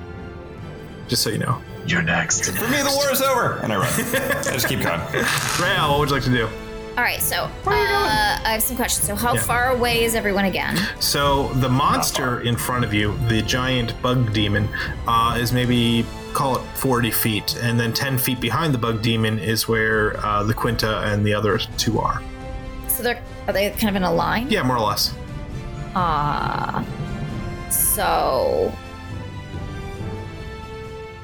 Just so you know, You're next. For me, the war is over. And I run. I just keep going. Rael, what would you like to do? All right, so uh, I have some questions. So, how Yeah. far away is everyone again? So the monster in front of you, the giant bug demon, uh, is maybe call it 40 feet, and then 10 feet behind the bug demon is where uh, the Quinta and the other two are. So they're are they kind of in a line? Yeah, more or less. Ah. so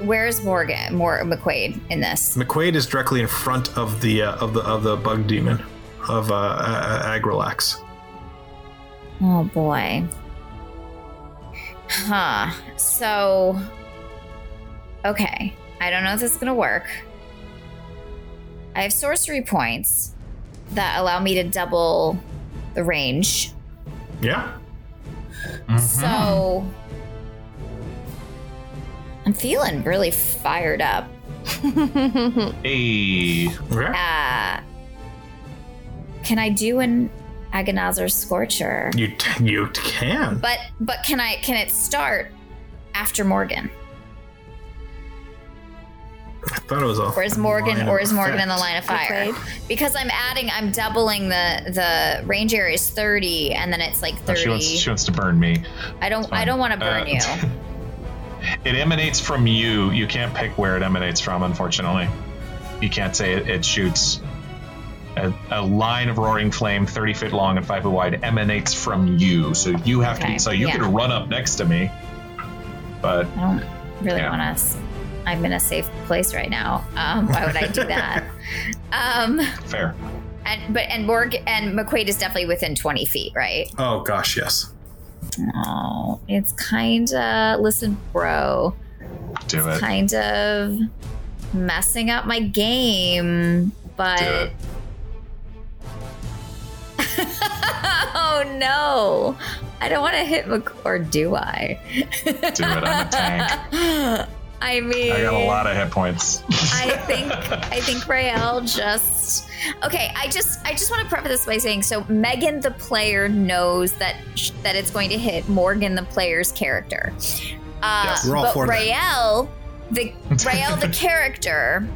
where's Morgan Mor McQuaid in this? McQuaid is directly in front of the uh, of the of the bug demon of uh, uh, Agrilax. Oh boy. Huh. So okay. I don't know if this is gonna work. I have sorcery points that allow me to double the range. Yeah. So I'm feeling really fired up. Okay. Hey. Uh, can I do an agonizer scorcher? You t- you can. But but can I can it start after Morgan? I thought it was a. Or is Morgan line or of is Morgan in the effect. line of fire? Afraid. Because I'm adding I'm doubling the the range area is 30 and then it's like Oh, 30. she wants she wants to burn me. I don't I fine. don't want to burn Uh, you. It emanates from you. You can't pick where it emanates from, unfortunately. You can't say it, it shoots. A, a line of roaring flame, 30 feet long and 5 feet wide, emanates from you. So you have Okay, to. So you yeah. could run up next to me, but I don't really Yeah. want us. I'm in a safe place right now. Um, why would I do that? um, fair. and but and Morgan and McQuaid is definitely within 20 feet, right? Oh gosh, yes. Oh, it's kind of listen, bro. Do It's it. kind of messing up my game, Do but it. oh no, I don't want to hit Mc- or do I? Do it. I'm a tank. I mean, I got a lot of hit points. I think I think Rael just okay. I just I just want to prep it this by saying so Megan the player knows that sh- that it's going to hit Morgan the player's character. Uh, Yes. We're all but for that. Rael, the Rael, the character,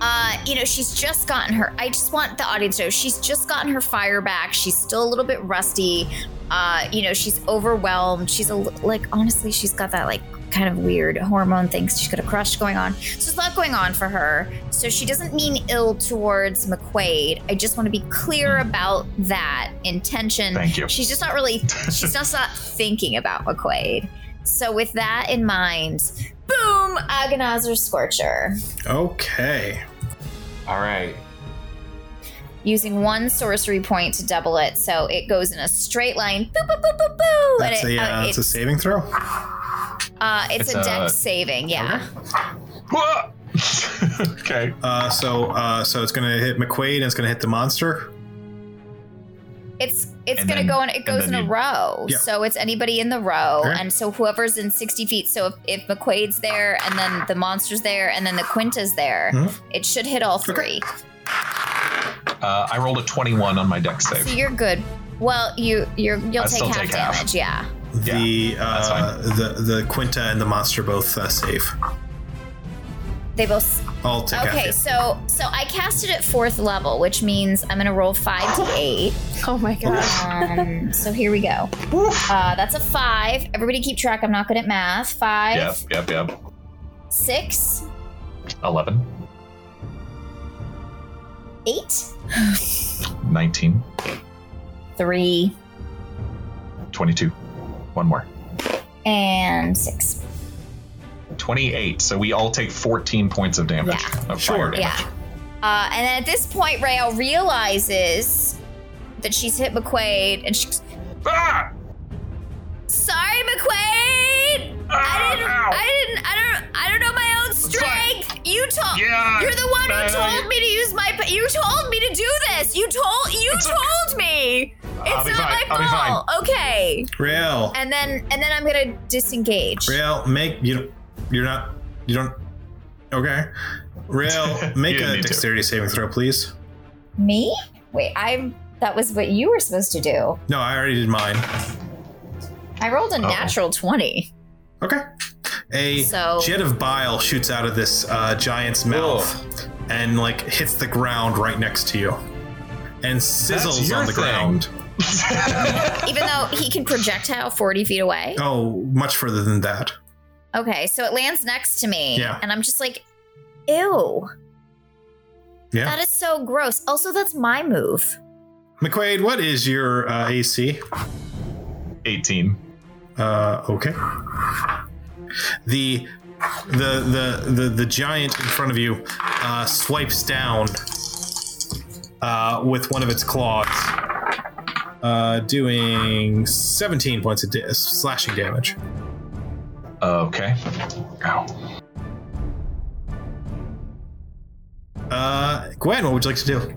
uh, you know, she's just gotten her. I just want the audience to know she's just gotten her fire back. She's still a little bit rusty. Uh, you know, she's overwhelmed. She's a li- like honestly, she's got that like kind of weird hormone thing. She's got a crush going on. So there's a lot going on for her. So she doesn't mean ill towards McQuaid. I just want to be clear about that intention. Mm. Thank you. She's just not really. She's just not thinking about McQuaid. So with that in mind, boom, agonizer scorcher. Okay. All right. using one sorcery point to double it, so it goes in a straight line. Boop, boop, boop, boop, boop, That's and a, it, uh, uh, it's a it's, saving throw. uh, it's, It's a a- deck saving, yeah. Whoa! okay. Uh, so uh, so it's gonna hit McQuaid and it's gonna hit the monster. It's it's And gonna then- go in. It and goes in then a you- row, Yeah. so it's anybody in the row, Okay. and so whoever's in sixty feet. So if, if McQuaid's there, and then the monster's there, and then the Quinta's there, Mhm. it should hit all three. Uh, I rolled a 21 on my deck So save. you're good. Well, you you're, you'll I take still half take half. damage. Yeah. The that's uh, the the Quinta and the monster both uh, save. They both I'll take half okay, damage. so so I casted at fourth level, which means I'm gonna roll five d eight. Oh my god. Um, so here we go. Woof. Uh, that's a five. Everybody keep track. I'm not good at math. Five, Yep, yep, yep. six, 11, eight, 19, three, 22. One more. and six. 28. So we all take 14 points of damage. Yeah. Of Sure. fire damage. Yeah. Uh, and then at this point, Rael realizes that she's hit McQuaid and she goes, Ah! Sorry, McQuaid! Ah! I didn't, Ow! I didn't, I don't, I don't know my own strength! You told. yeah. You're the one who Uh, told me to use my. pa- You told me to do this. You told. You told me. It's I'll not be my fine. I'll be fine. fault. Okay. Rael, and then and then I'm gonna disengage. Rail, make you. don't- You're not. You don't. Okay. Rail, make didn't a need to. dexterity saving throw, please. Me? Wait, I'm. That was what you were supposed to do. No, I already did mine. I rolled a natural twenty. Okay. A So- jet of bile shoots out of this uh, giant's mouth and like hits the ground right next to you, and sizzles your on the thing. ground. Even though he can projectile forty feet away. Oh, much further than that. Okay, so it lands next to me, Yeah. and I'm just like, ew. Yeah. That is so gross. Also, that's my move. McQuaid, what is your uh, AC? 18. Uh, okay. The the the the the giant in front of you uh, swipes down uh, with one of its claws, uh, doing 17 points of da- slashing damage. Okay. Ow. Uh, Gwen, what would you like to do?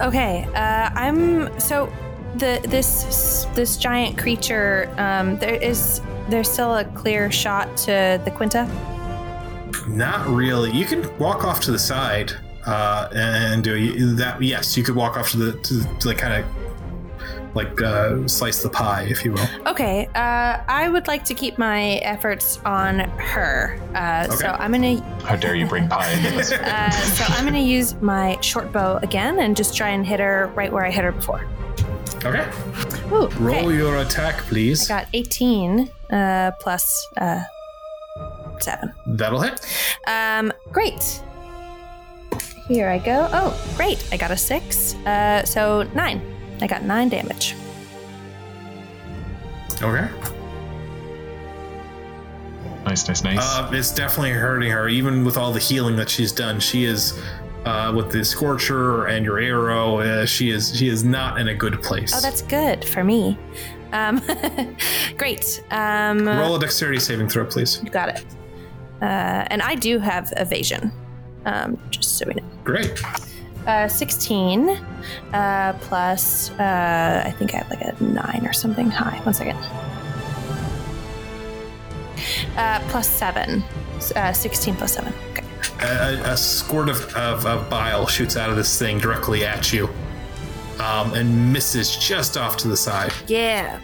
Okay. Uh, I'm so the this this giant creature. Um, there is there's still a clear shot to the Quinta. Not really. You can walk off to the side uh, and do that. Yes, you could walk off to the to, to like kind of like uh, slice the pie, if you will. Okay. Uh, I would like to keep my efforts on her. Uh, Okay. So I'm gonna How dare you bring pie into this? Uh, so I'm going to use my short bow again and just try and hit her right where I hit her before. Okay. Ooh, Roll okay. your attack, I please. got 18 uh, plus uh, 7. That'll hit. Um, great. Here I go. Oh, great. I got a 6. Uh, so 9. I got 9 damage. Okay. nice, nice, nice. Uh, it's definitely hurting her, even with all the healing that she's done. She is. Uh, with the scorcher and your arrow, uh, she is she is not in a good place. Oh, that's good for me. Um, great. Um, Roll a dexterity saving throw, please. You got it. Uh, and I do have evasion. Um, just so we know. Great. Uh, 16 uh, plus, uh, I think I have like a 9 or something high. One second. Uh, plus 7. S- Uh, 16 plus 7. Okay. a, a- a squirt of, of, of bile shoots out of this thing directly at you um, and misses just off to the side. Yeah.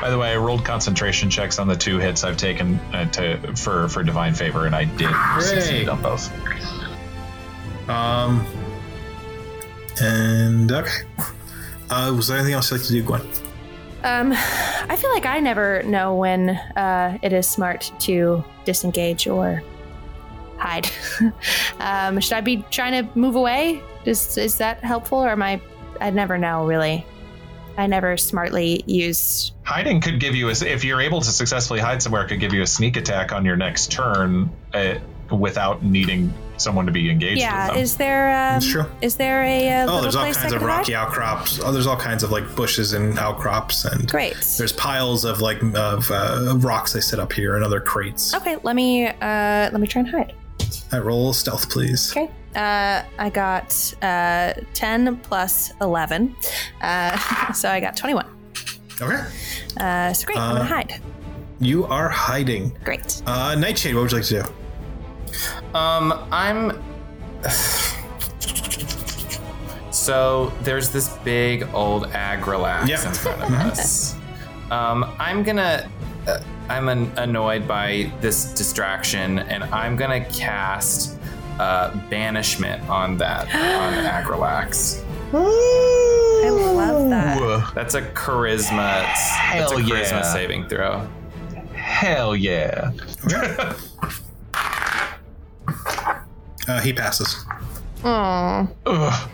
By the way, I rolled concentration checks on the two hits I've taken uh, to for for divine favor, and I did succeed on both. Um, and okay. Uh, was there anything else you'd like to do, Gwen? Um, I feel like I never know when uh, it is smart to disengage or hide. um, should I be trying to move away? Is, is that helpful, or am I? I never know, really. I never smartly use. Hiding could give you a, if you're able to successfully hide somewhere, it could give you a sneak attack on your next turn uh, without needing someone to be engaged. Yeah, with them. is there? Um, That's true. Is there a? uh Oh, little there's all place I kinds of could hide? rocky outcrops. Oh, there's all kinds of like bushes and outcrops, and Great. there's piles of like of uh, rocks they set up here and other crates. Okay, let me uh, let me try and hide. I roll stealth, please. Okay. Uh, I got uh, 10 plus 11. Uh, so I got 21. Okay. Uh, so great. I'm Uh, going to hide. You are hiding. Great. Uh, Nightshade, what would you like to do? Um, I'm. So there's this big old Agrilax Yeah. Mm-hmm. in front of us. Um, I'm gonna. Uh, I'm an, annoyed by this distraction, and I'm gonna cast uh, banishment on that on Agrilax. I love that. Whoa, That's a charisma. that's a Hell charisma yeah. saving throw. hell yeah! Uh, he passes. Aw. Ugh,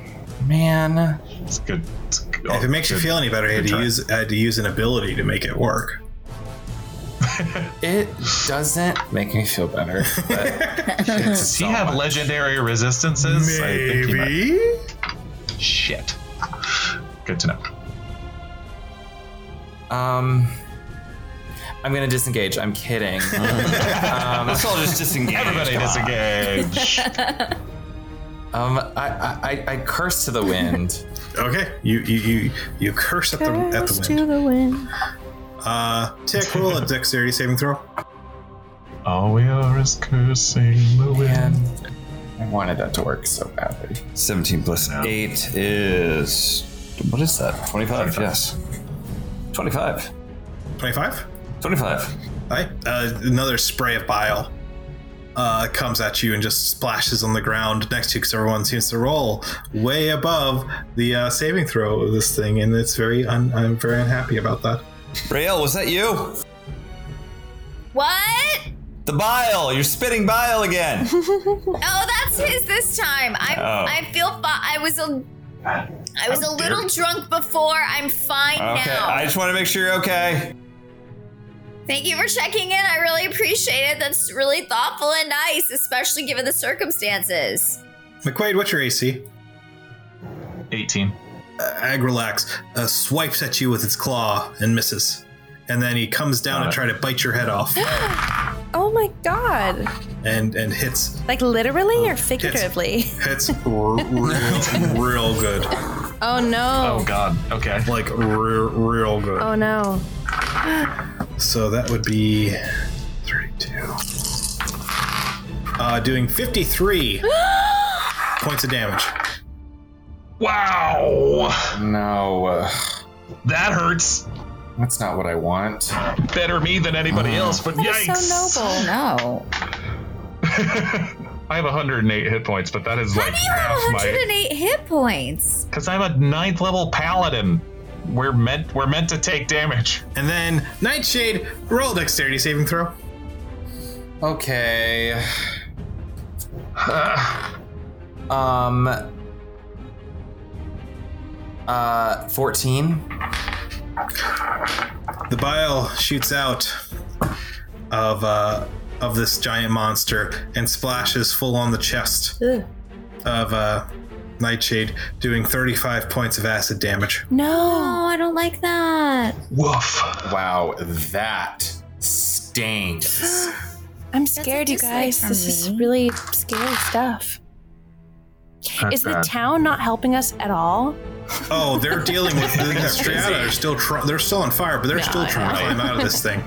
Man, it's good. It's good. if it makes you Oh, Good. feel any better, I had good to try. use I had to use an ability to make it work. it doesn't make me feel better. But it's Does he so have much. legendary resistances? I think he might. Shit. Good to know. Um, I'm gonna disengage. I'm kidding. um, Let's all just disengage. Everybody Come on. disengage. um, I, I, I, I curse to the wind. Okay. You you you, you curse at the at Curse the to wind. the wind. Uh, tick roll a dexterity saving throw. All we are is cursing the Man, wind. I wanted that to work so badly. 17 plus 8 is. What is that? 25, yes. 25. Twenty five. 25. Right. Uh, another spray of bile uh, comes at you and just splashes on the ground next to you because everyone seems to roll way above the uh, saving throw of this thing, and it's very un- I'm very unhappy about that. Rael, was that you? what? The bile! You're spitting bile again! Oh, that's his this time. I Oh. I feel fi- I was a I was How a little dare- drunk before. I'm fine Okay, now. I just want to make sure you're okay. Thank you for checking in. I really appreciate it. That's really thoughtful and nice, especially given the circumstances. McQuaid, what's your AC? 18. Uh, Agrilax uh, swipes at you with its claw and misses, and then he comes down and Got try to bite your head off, Oh my god. and and hits Like literally or figuratively? hits r- real real good, Oh Oh, no. God. Okay. like real real good. Oh no. So that would be 32. Uh, doing 53 points of damage. Wow. No, uh, That hurts. that's not what I want. Better me than anybody else, but Oh. That yikes. is so noble. No. I have 108 hit points, but that is How like do you have half my. 108 hit points? Because I'm a ninth level paladin. We're meant we're meant to take damage. And then Nightshade, roll dexterity saving throw. Okay. Ah, Um. Uh, fourteen. The bile shoots out of uh, of this giant monster and splashes full on the chest Ugh. of uh, Nightshade, doing 35 points of acid damage. No. Oh, I don't like that. woof. Wow, that stings. I'm scared, you dislike guys. from This is me. really scary stuff. Is the bad. town not helping us at all? Oh, they're dealing with the Striata. They're still try- they're still on fire, but they're still I trying to know. climb out of this thing.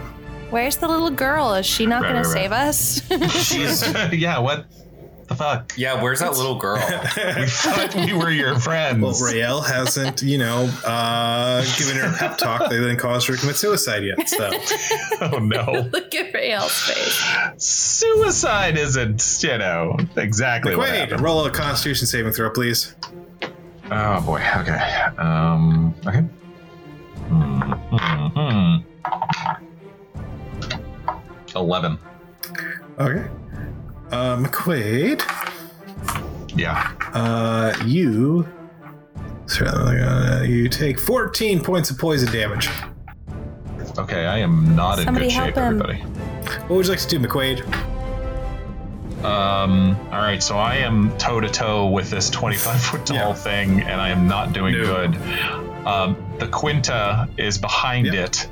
Where's the little girl? Is she not Right, going right, to right. save us? She's yeah, what? the fuck? Yeah, where's that little girl? We thought we were your Well, friends. Rael hasn't, you know, uh, given her a pep talk that then caused her to commit suicide yet. So Oh no, Look at Rael's face. suicide isn't you know exactly what wait, happened. roll a Constitution saving throw, please. Oh boy. Okay. Um. Okay. Hmm, hmm, hmm. Eleven. Okay. Uh, McQuaid, Yeah. uh, you. Certainly, uh, you take 14 points of poison damage. Okay. I am not Somebody in good shape, help him. everybody. What would you like to do, McQuaid? Um. All right. So I am toe to toe with this 25 foot tall Yeah. thing, and I am not doing No. good. Um, the Quinta is behind Yep. it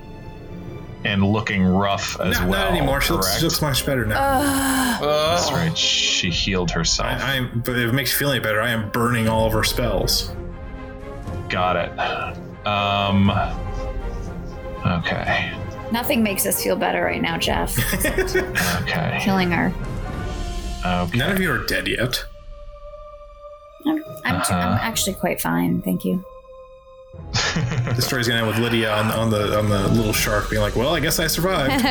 and looking rough as No, well. not anymore. She looks, correct? she looks much better now. Oh. That's right. She healed herself. I, I'm, but if it makes you feel any better, I am burning all of her spells. Got it. Um. Okay. Nothing makes us feel better right now, Jeff. Okay. Killing her. Okay. None of you are dead yet. I'm, I'm, Uh-huh. I'm actually quite fine, thank you. The story's gonna end with Lydia on, on the on the little shark being like, "Well, I guess I survived."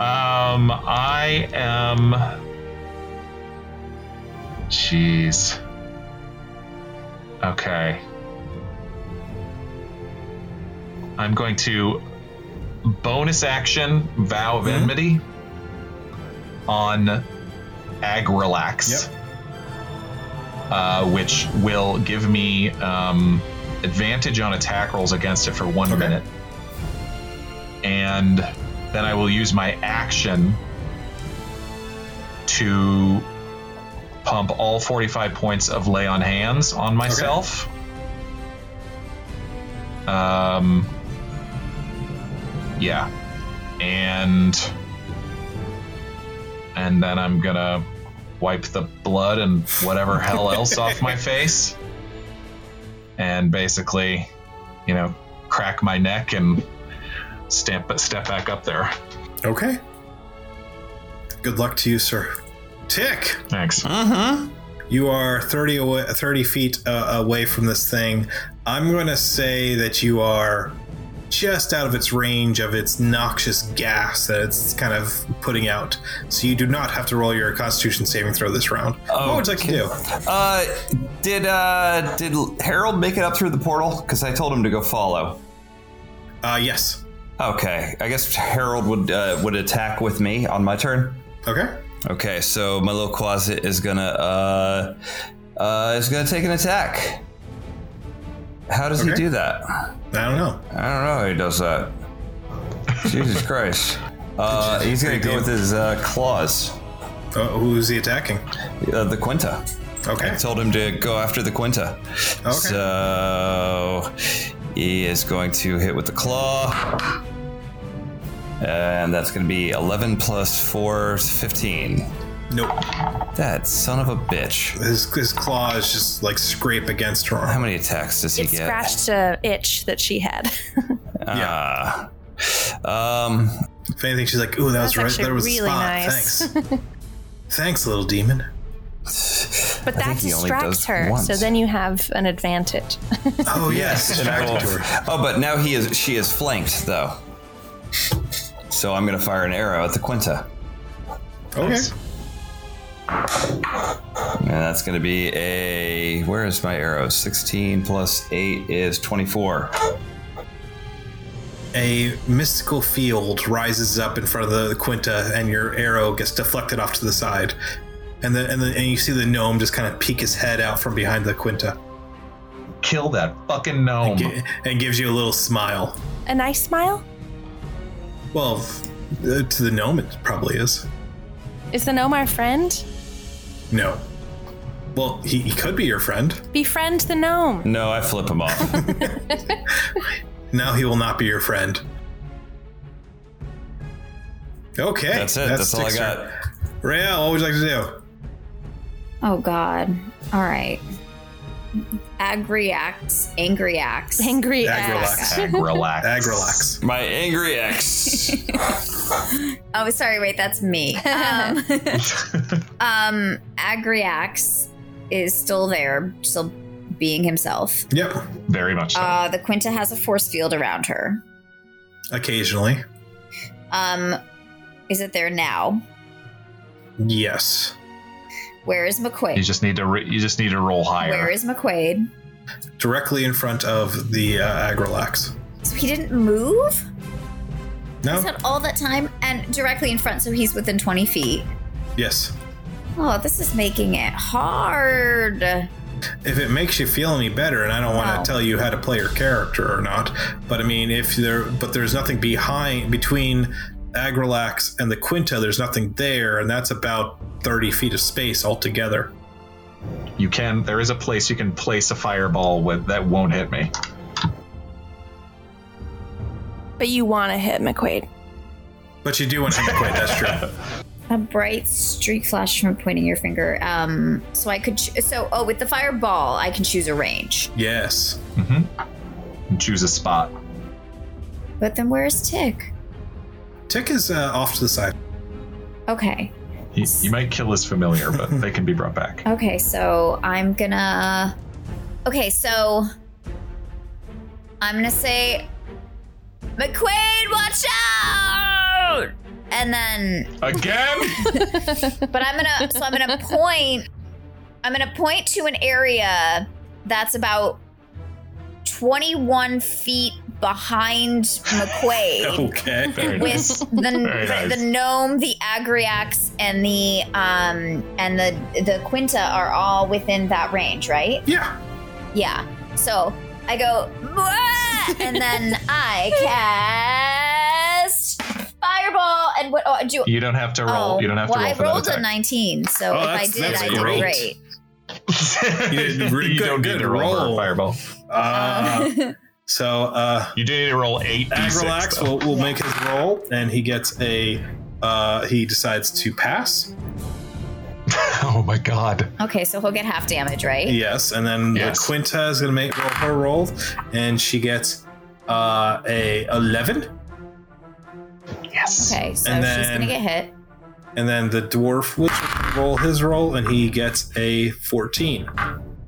um, I am. Jeez. Okay. I'm going to bonus action vow of Mhm. enmity on Agrelax, uh, which will give me um, advantage on attack rolls against it for one Okay. minute, and then I will use my action to pump all 45 points of lay on hands on myself. Um, yeah, and and then I'm gonna wipe the blood and whatever hell else off my face, and basically, you know, crack my neck and stamp step back up there. okay. Good luck to you, sir. Tick. Thanks. You are 30 away, 30 feet uh, away from this thing. I'm going to say that you are just out of its range of its noxious gas that it's kind of putting out. So you do not have to roll your constitution saving throw this round. what would you like to do? Uh, did uh, did Harold make it up through the portal? Because I told him to go follow. Uh, yes. Okay, I guess Harold would uh, would attack with me on my turn. Okay. Okay, so my little closet is gonna uh, uh, is gonna take an attack. How does he Okay. do that? I don't know. I don't know how he does that. Jesus Christ! Uh, he's gonna go with his uh, claws. Uh, who's he attacking? Uh, the Quinta. Okay. I told him to go after the Quinta. Okay. So he is going to hit with the claw. And that's going to be 11 plus 4, is 15. Nope. That son of a bitch. His, his claws just like scrape against her How arm. many attacks does he It get? scratched a itch that she had. Ah. um, If anything, she's like, "Ooh, that was That's right. actually There was a really spot. nice." Thanks, thanks, little demon." I But think that he only does distracts her, once. so then you have an advantage. Oh yes, distracted to her. oh, but now he is. She is flanked, though. So I'm going to fire an arrow at the Quinta. Okay. And that's going to be a. Where is my arrow? 16 plus 8 is 24. A mystical field rises up in front of the Quinta, and your arrow gets deflected off to the side. And then, and, the, and you see the gnome just kind of peek his head out from behind the Quinta Kill that fucking gnome. gi- and gives you a little smile. A nice smile? Well, uh, to the gnome, it probably is. Is the gnome our friend? No. Well, he, he could be your friend. Befriend the gnome. No, I flip him off. Now he will not be your friend. Okay. That's it. That's, all I Dixter. got. Rael, what would you like to do? Oh god. Alright. Agri axe, angry axe. Angry Agrilax. axe. Agrilax. Agrilax. My angry ex. Oh, sorry. Wait, that's me. Um, um, Agri axe is still there, still being himself. Yep. Very much so. Uh, the Quinta has a force field around her. Occasionally. Um, is it there now? Yes. Where is you McQuaid? just need to re- you just need to roll higher. Where is McQuaid? Directly in front of the uh, Agrilax. So he didn't move. No? He's had all that time and directly in front, so he's within twenty feet. yes. Oh, this is making it hard. If it makes you feel any better, and I don't want No. to tell you how to play your character or not, but I mean, if there, but there's nothing behind between Agrilax and the Quinta. There's nothing there, and that's about thirty feet of space altogether. you can there is a place you can place a fireball with that won't hit me. But you want to hit McQuaid. But you do want to hit McQuaid. That's true. A bright streak flashes from pointing your finger. Um, so I could. Ch- so oh, with the fireball, I can choose a range. Yes. Mm-hmm. Choose a spot. But then where's Tick? Tick is uh, off to the side. Okay. You, you might kill his familiar, but they can be brought back. Okay, so I'm gonna. Okay, so I'm gonna say, McQuaid, watch out! And then, Again? but I'm gonna. so I'm gonna point. I'm gonna point to an area that's about 21 feet behind McQuaid. Okay. Very With nice. the, Very nice. the gnome, the agriax, and the um and the the quinta are all within that range, right? Yeah. Yeah. So I go, "Bwah!" and then I cast fireball. And what? Oh, do You don't have to roll. Oh, you don't have to well, roll I for rolled that a attack. 19, so Oh, if I that's- did, that's I did great. great. You did really you good- don't good need to roll, for roll. a fireball. Uh, so uh, You do need to roll eight. D6, Agrilax though. will, will make his roll, and he gets a. Uh, he decides to pass. oh my god. okay, so he'll get half damage, right? Yes, and then Yes. the Quinta is going to make roll her roll, and she gets uh, a eleven, Yes. Okay, so And she's gonna then- get hit. and then the dwarf will roll his roll, and he gets a fourteen.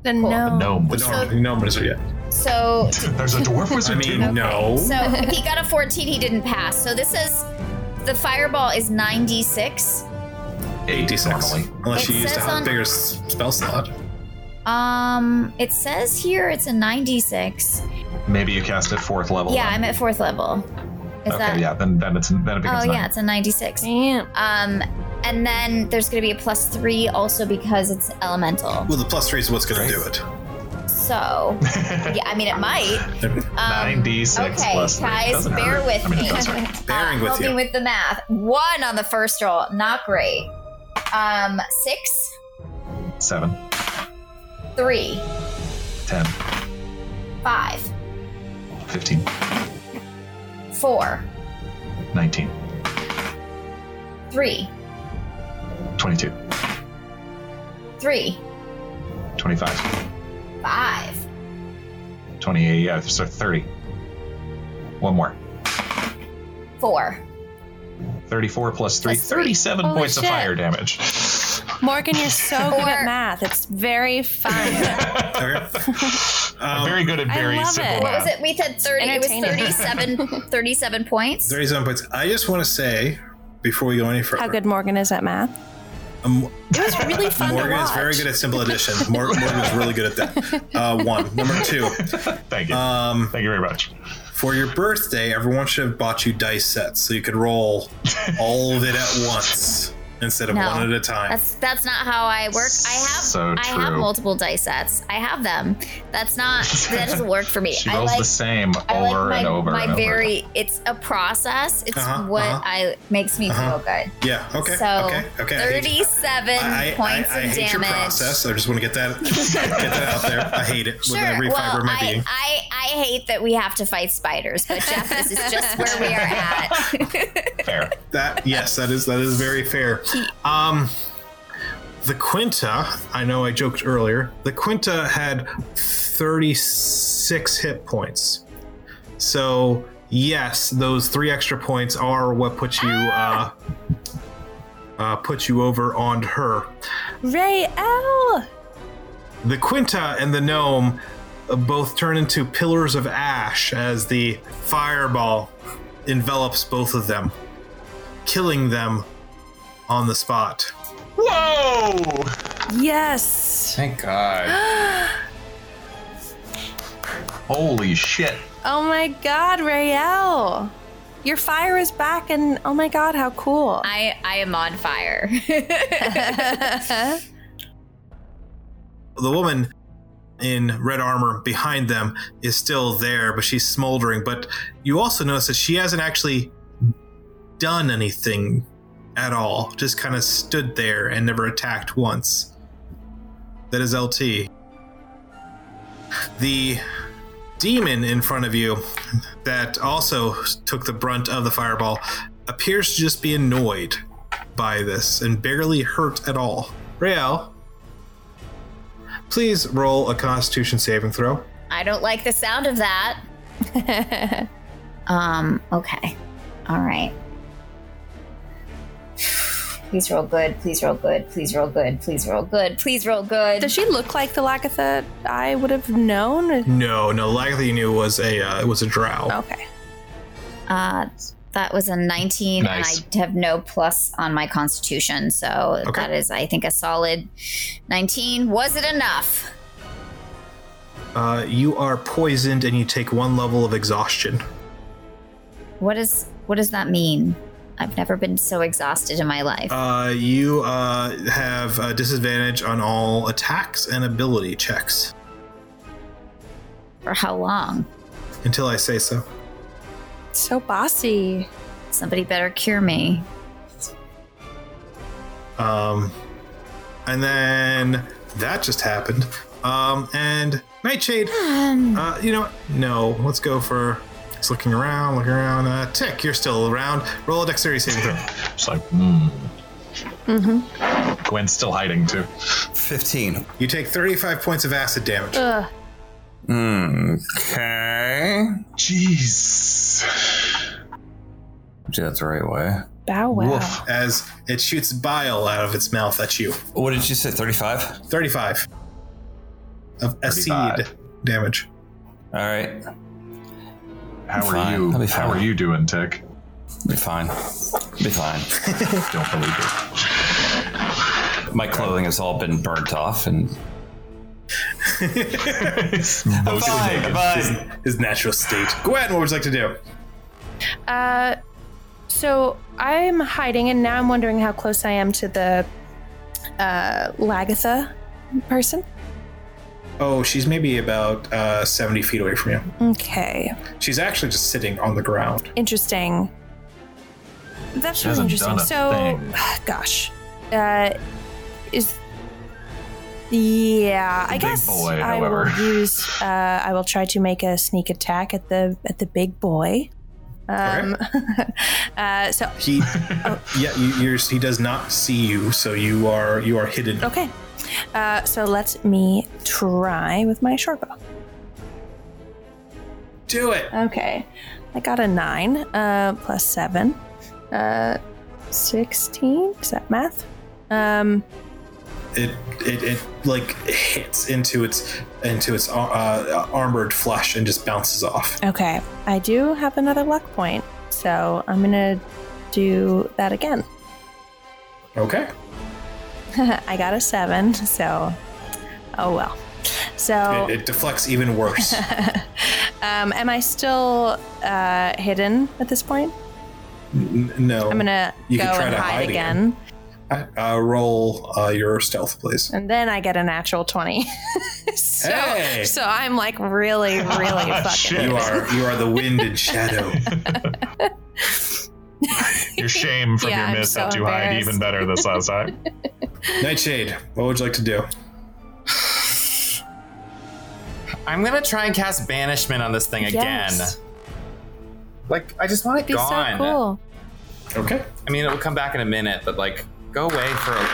Then no. Gnome. The norm, no wizard yet. So, There's a dwarf I wizard mean, too. no. so if he got a 14, he didn't pass. So this is the fireball is 96. Eight d six, Normally. unless It you used a says hot- on- bigger s- spell slot. Um, it says here it's a 96. Maybe you cast at fourth level. Yeah, then. I'm at fourth level. Is okay. that? Yeah. Then then it's then it becomes Oh nine. yeah, it's a 96. Damn. Um, and then there's going to be a plus three also because it's elemental. Well, the plus three is what's going to do it. So, yeah, I mean, it might. Um, Nine d six okay, plus three. guys, Doesn't bear hurt. with I mean, me. It does hurt. Bearing uh, with help you. me with the math. One on the first roll, not great. Um, six, Seven, three, ten, five, fifteen, four, nineteen, three, twenty-two, three, twenty-five, five, twenty-eight. Yeah. So thirty. One more. four. 34 plus 3, Plus three. 37 Holy points shit. of fire damage. Morgan, you're so good Or- at math. It's very fun. Okay. I'm Um, very good at I very love simple it. What was math. it? We said 30. It was Entertaining. 37, 37 points. 37 points. I just want to say, before we go any further, How good Morgan is at math. um, It was really fun Morgan to watch. is very good at simple addition. Mor- Morgan is really good at that. Uh, one. Number two, Thank you. um, Thank you very much. for your birthday, everyone should have bought you dice sets so you could roll all of it at once instead of No. one at a time. That's that's not how I work. I have So I have true. multiple dice sets. I have them. That's not that doesn't work for me. She I rolls like the same over I like my, and over my and over. very it's a process. It's Uh-huh, what uh-huh. I makes me Uh-huh. feel good. yeah. Okay. So okay. Okay. I hate- thirty seven I, points I, I, of hate damage. your process. I just want to get that get that out there. I hate it Sure. with every well, fiber of my I, being. I I hate that we have to fight spiders, but Jeff, this is just where we are at. Fair. That yes, that is that is very fair. Um, The Quinta, I know I joked earlier, the Quinta had 36 hit points. So, yes, those three extra points are what put you uh, uh, put you over on her. Ray L. The Quinta and the gnome uh, both turn into pillars of ash as the fireball envelops both of them, killing them on the spot. Whoa! Yes. Thank God. Holy shit. Oh my God, Ray L. Your fire is back, and oh my God, how cool. I I am on fire. The woman in red armor behind them is still there, but she's smoldering. But you also notice that she hasn't actually done anything at all, just kind of stood there and never attacked once. That is LT. The demon in front of you that also took the brunt of the fireball appears to just be annoyed by this and barely hurt at all. Rael, please roll a constitution saving throw. I don't like the sound of that. Um, okay. All right. Please roll good. Please roll good. Please roll good. Please roll good. Please roll good. Does she look like the Lagatha I would have known? No, no, Lagatha you knew was a uh, was a drow. Okay. Uh, that was a 19, Nice. and I have no plus on my constitution. So Okay. that is, I think, a solid 19. Was it enough? Uh, you are poisoned and you take one level of exhaustion. What is what does that mean? I've never been so exhausted in my life. Uh, you uh, have a disadvantage on all attacks and ability checks For how long? until I say so. So bossy. Somebody better cure me. Um, and then that just happened. Um, and Nightshade, uh, you know what? No, let's go for. It's looking around, looking around. Uh, tick, you're still around. Roll a dexterity saving throw. It's like, hmm. Mm-hmm. Gwen's still hiding too. 15. You take 35 points of acid damage. Ugh. Okay. Jeez. Do that the right way. Bow wow. Woof. as it shoots bile out of its mouth at you. What did you say? 35? 35 of acid 35. damage. All right. How are Fine. I'll you? be How are fine. you doing, Tick? Be fine. Be fine. Don't believe it. My clothing has all been burnt off and. It's mostly naked. His, his natural state. Gwen, what would you like to do? Uh, so I'm hiding, and now I'm wondering how close I am to the uh, Lagatha person. Oh, she's maybe about uh, 70 feet away from you. Okay, She's actually just sitting on the ground. interesting. That's She really hasn't interesting. done a So, thing. gosh, uh, is yeah. I Big guess boy, I will however. use. Uh, I will try to make a sneak attack at the at the big boy. Um, uh, so He, yeah, you, you're, he does not see you, so you are you are hidden. Okay. Uh, so let me try with my shortbow. Do it. Okay. I got a nine uh, plus seven. Uh, 16. Is that math? Um, It it, it like hits into its into its uh, armored flesh and just bounces off. okay. I do have another luck point. So I'm going to do that again. Okay. I got a seven. So, oh well. So, It, it deflects even worse. um, am I still uh, hidden at this point? N- no. I'm going to Oh, You go can try and to hide, hide again. again. uh, roll uh, your stealth, please. And then I get a natural 20. so, Hey! so I'm like really, really fucking. Shit. You are you are the wind and shadow. Your shame from Yeah, your I'm miss so helped you hide even embarrassed. better this last time. Nightshade, what would you like to do? I'm gonna try and cast banishment on this thing Yes. again. Like, I just want it Be so gone. cool. Okay. I mean, it will come back in a minute, but like, go away for a.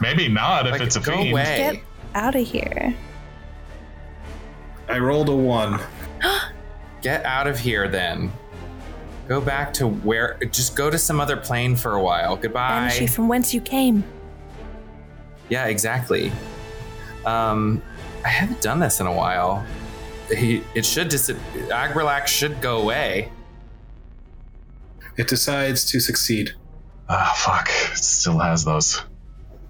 Maybe not if Like, it's a go fiend. away. Get out of here. I rolled a one. Get out of here then. Go back to where. Just go to some other plane for a while. Goodbye. Banish you from whence you came. Yeah, exactly. Um, I haven't done this in a while. He, it should dis. Agrilac should go away. It decides to succeed. Ah, fuck. It still has those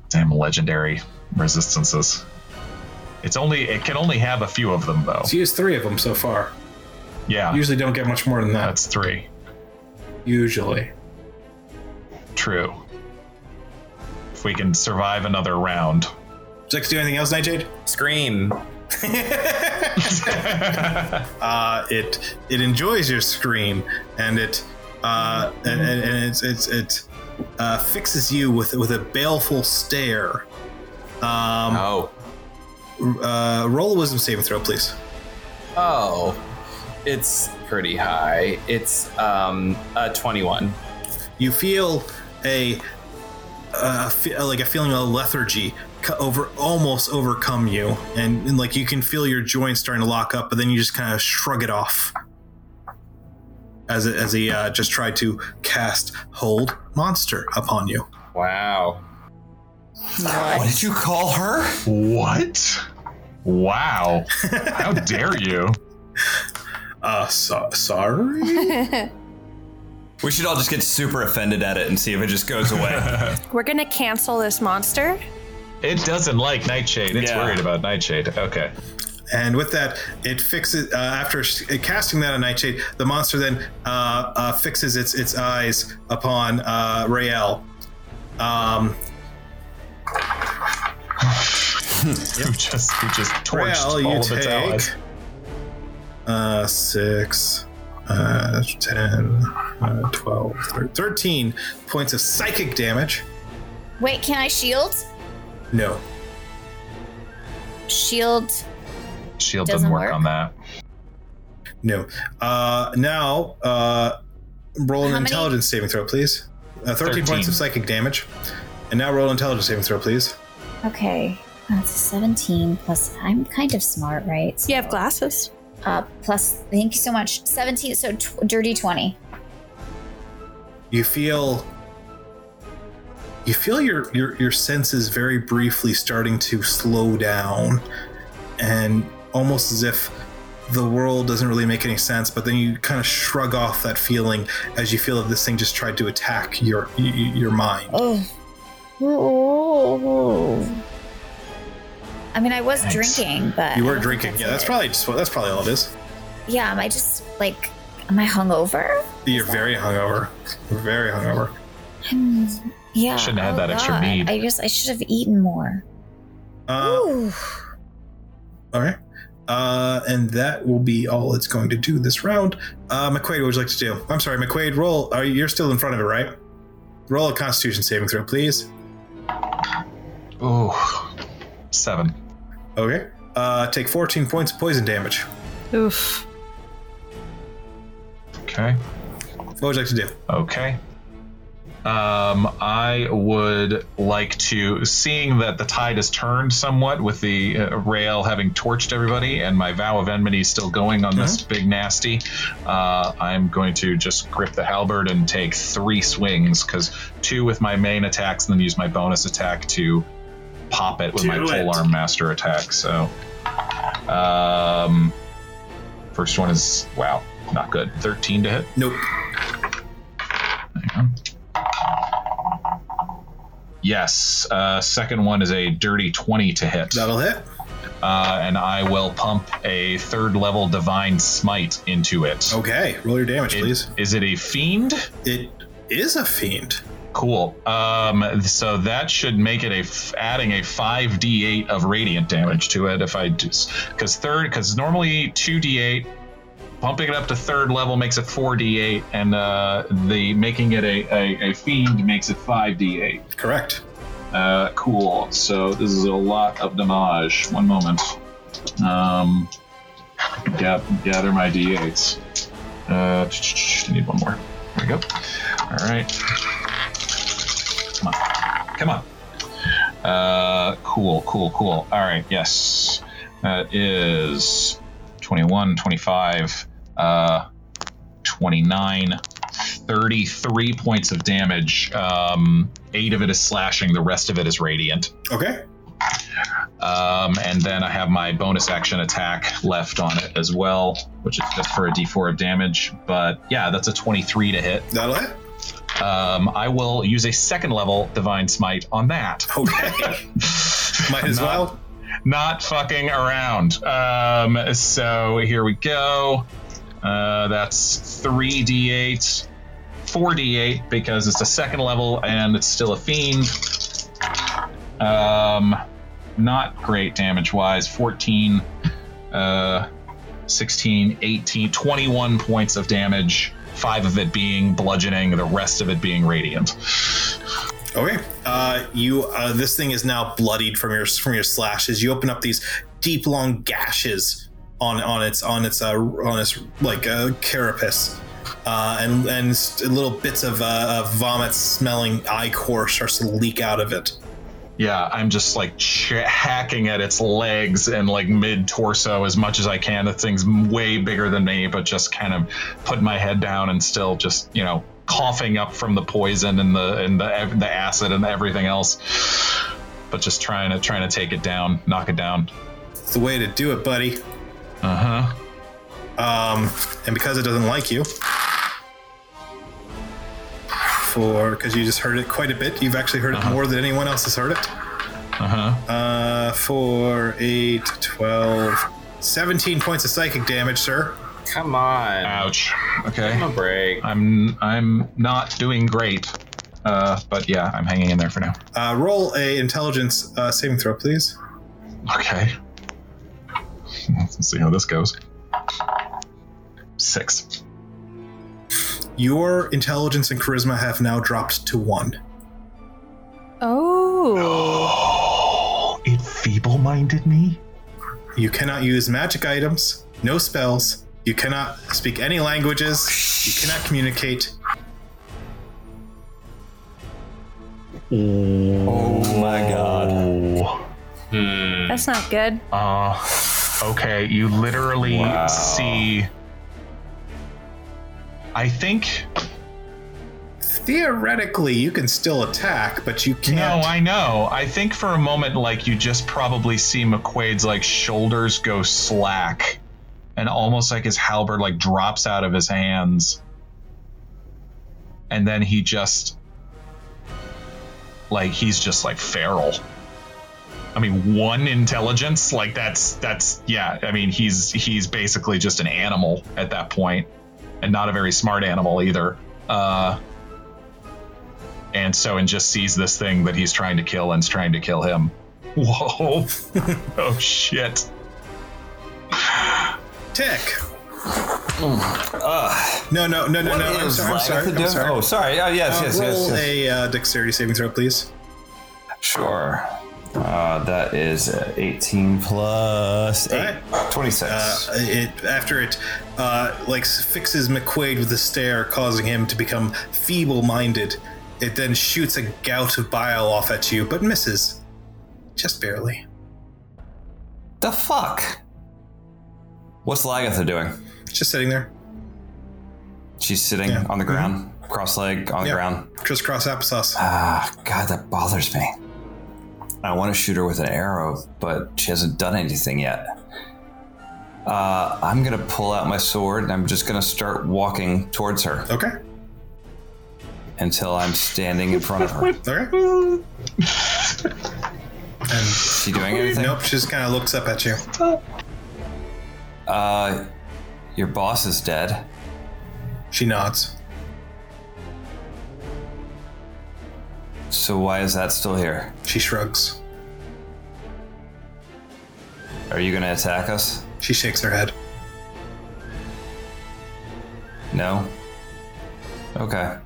damn legendary resistances. It's only it can only have a few of them though. It's used three of them so far. Yeah, Usually don't get much more than that. that's three. Usually. True. If we can survive another round. Would you like to do anything else, Nightshade? Scream. uh, it it enjoys your scream and it uh, and, and, and it's, it's, it uh, fixes you with with a baleful stare. Um, Oh. uh, roll a wisdom saving throw, please. Oh. It's pretty high. It's um a twenty-one. You feel a, a fe- like a feeling of lethargy co- over almost overcome you, and, and like you can feel your joints starting to lock up, but then you just kind of shrug it off. As, it, as he uh, just tried to cast hold monster upon you. Wow. What did you call her? what? Wow. How dare you? Uh, so- sorry. We should all just get super offended at it and see if it just goes away. We're gonna cancel this monster. It doesn't like Nightshade. It's Yeah. worried about Nightshade. Okay. And with that, it fixes. Uh, after s- casting that on Nightshade, the monster then uh, uh, fixes its its eyes upon uh, Rael. Um, Who just who just torched Rael, all you of take its allies. uh, six, uh, 10, uh, 12, thir- 13 points of psychic damage. Wait, can I shield? No, Shield. Shield doesn't, Doesn't work, work. on that. no. Uh, now, uh, roll an How many- intelligence saving throw, please. Uh, 13 points 13. of psychic damage. And now roll an intelligence saving throw, please. Okay. That's a 17 plus. I'm kind of smart, right? You have glasses. Uh, plus, thank you so much. 17, so tw- dirty 20. you feel you feel your, your your senses very briefly starting to slow down and almost as if the world doesn't really make any sense but then you kind of shrug off that feeling as you feel that this thing just tried to attack your y- y- your mind Oh. I mean, I was Thanks. drinking, but. you I were don't think drinking yeah that's it. probably just what that's probably all it is Yeah, am I just like. Am I hungover? you're that- very hungover You're very hungover Hmm, yeah. Shouldn't have oh had that extra God. mead. I just, I should have eaten more. uh, Ooh. all right uh, and that will be all it's going to do this round. Uh, McQuaid, what would you like to do? I'm sorry, McQuaid, roll. Are, you're still in front of it, right? Roll a Constitution saving throw, please. Ooh. Seven. Okay. Uh, take 14 points of poison damage. Oof. Okay. What would you like to do? Okay. Um, I would like to, seeing that the tide has turned somewhat with the uh, rail having torched everybody and my vow of enmity still going on this Mm-hmm. big nasty, uh, I'm going to just grip the halberd and take three swings because two with my main attacks and then use my bonus attack to pop it with my Do it. pole arm master attack. So, um, first one is, wow, not good. 13 to hit. Nope. Yes. Uh, second one is a dirty 20 to hit. Uh, That'll hit. and I will pump a third level divine smite into it. Okay. Roll your damage, It- Oh, please. Is it a fiend? It is a fiend. Cool. Um, so that should make it a f- adding a 5d8 of radiant damage to it if I just because third because normally 2d8 bumping it up to third level makes it 4d8 and uh, the making it a, a, a fiend makes it 5d8. Correct. Uh, cool. So this is a lot of damage. One moment. Um, ga- gather my d8s. Uh, I need one more. There we go. All right. Come on. Come on. Uh, cool, cool, cool. All right, yes. That is 21, 25, uh, 29, 33 points of damage. Um, eight of it is slashing, the rest of it is radiant. Okay. Um, and then I have my bonus action attack left on it as well, which is just for a d4 of damage. But yeah, that's a 23 to hit. That'll hit. Um, I will use a second level Divine Smite on that. Okay. Might as Not- well. Not fucking around. Um, so here we go. Uh, that's 3d8, 4d8, because it's a second level and it's still a fiend. Um, not great damage wise. 14, uh, 16, 18, 21 points of damage. Five of it being bludgeoning, the rest of it being radiant. Okay. Uh, you. Uh, this thing is now bloodied from your from your slashes. You open up these deep, long gashes on on its on its uh, on its like uh, carapace, uh, and and s- little bits of, uh, of vomit smelling ichor starts to leak out of it. Yeah, I'm just like ch- hacking at its legs and like mid torso as much as I can. The thing's way bigger than me, but just kind of put my head down and still just you know coughing up from the poison and the and the the acid and everything else. But just trying to trying to take it down, knock it down. It's the way to do it, buddy. Uh huh. Um, and because it doesn't like you, for because you just heard it quite a bit, you've actually heard it more than anyone else has heard it. Uh huh. Uh, 4, 8, 12, 17 points of psychic damage, sir. Come on. Ouch. Give Okay. him a break. I'm I'm not doing great. Uh, but yeah, I'm hanging in there for now. Uh, roll a intelligence uh, saving throw, please. Okay. Let's see how this goes. Six. Your intelligence and charisma have now dropped to 1. Oh. Oh, it feeble minded me? You cannot use magic items, no spells. You cannot speak any languages. You cannot communicate. Oh my god. That's not good. Uh, okay, you literally Wow. see. I think. Theoretically, you can still attack, but you can't. No, I know. I think for a moment, like, you just probably see McQuaid's, like, shoulders go slack. And almost like his halberd, like, drops out of his hands. And then he just. Like, he's just, like, feral. I mean, one intelligence, like, that's, that's, yeah. I mean, he's, he's basically just an animal at that point, And not a very smart animal either. Uh, and so and just sees this thing that he's trying to kill and's trying to kill him. Whoa! oh shit! Tick. Uh, No, no, no, no, what no. I'm is sorry. I'm sorry. Lagatha I'm doing? sorry. Oh, sorry. Oh, yes, Uh, yes, yes, roll yes. a uh, dexterity saving throw, please. Sure. Uh, that is uh, 18 plus 8. All 26. Uh, it after it uh, like fixes McQuaid with a stare, causing him to become feeble-minded. It then shoots a gout of bile off at you, but misses, just barely. the fuck? What's Lagatha doing? Just sitting there, She's sitting Yeah. Mm-hmm. on the ground, cross legged on the Yeah. ground. crisscross applesauce. Ah, God, that bothers me. I want to shoot her with an arrow, but she hasn't done anything yet. Uh, I'm going to pull out my sword and I'm just going to start walking towards her Okay, until I'm standing in front of her. Is okay. and she doing anything? nope, she just kind of looks up at you. Uh, your boss is dead. She nods. So why is that still here? She shrugs. Are you gonna attack us? She shakes her head. No. Okay.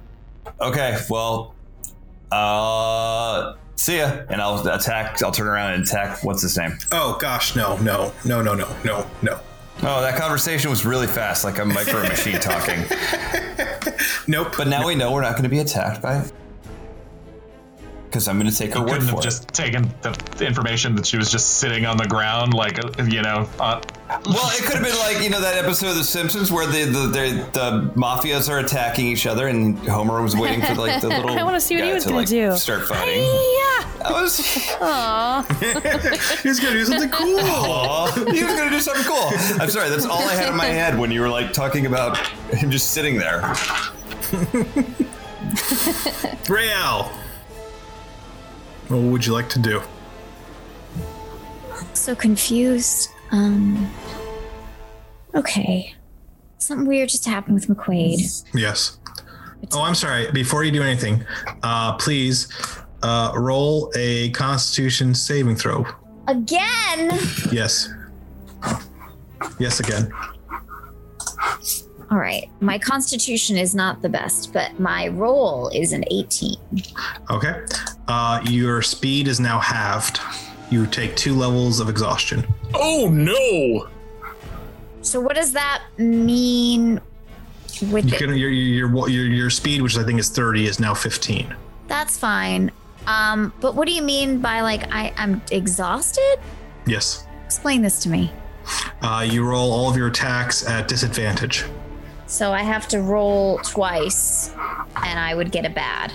Okay. Well. Uh. See ya. And I'll attack. I'll turn around and attack. What's his name? Oh gosh, no, no, no, no, no, no, no. Oh, that conversation was really fast, like a micro machine talking. Nope. But now we know we're not going to be attacked by because I'm going to take her word couldn't for have it. just taken the information that she was just sitting on the ground, like uh, you know. Uh, Well, it could have been like you know that episode of The Simpsons where the the, the, the mafias are attacking each other and Homer was waiting for like the little. I wanna see what he guy was to, gonna like, do. Start fighting. Yeah. I was. Aw. He's gonna do something cool. Aw, he was gonna do something cool. I'm sorry, that's all I had in my head when you were like talking about him just sitting there. Rael, what would you like to do? so confused. Um. Okay. Something weird just happened with McQuaid. Yes. Oh, I'm sorry. Before you do anything, uh, please uh, roll a Constitution saving throw. Again! Yes. Yes, again. All right. My constitution is not the best, but my roll is an 18. Okay. Uh, your speed is now halved. You take two levels of exhaustion. Oh no! So what does that mean with You it? can your your your your, your speed, which I think is 30, is now 15. That's fine. Um, but what do you mean by like I, I'm exhausted? Yes. Explain this to me. Uh, you roll all of your attacks at disadvantage. So I have to roll twice and I would get a bad.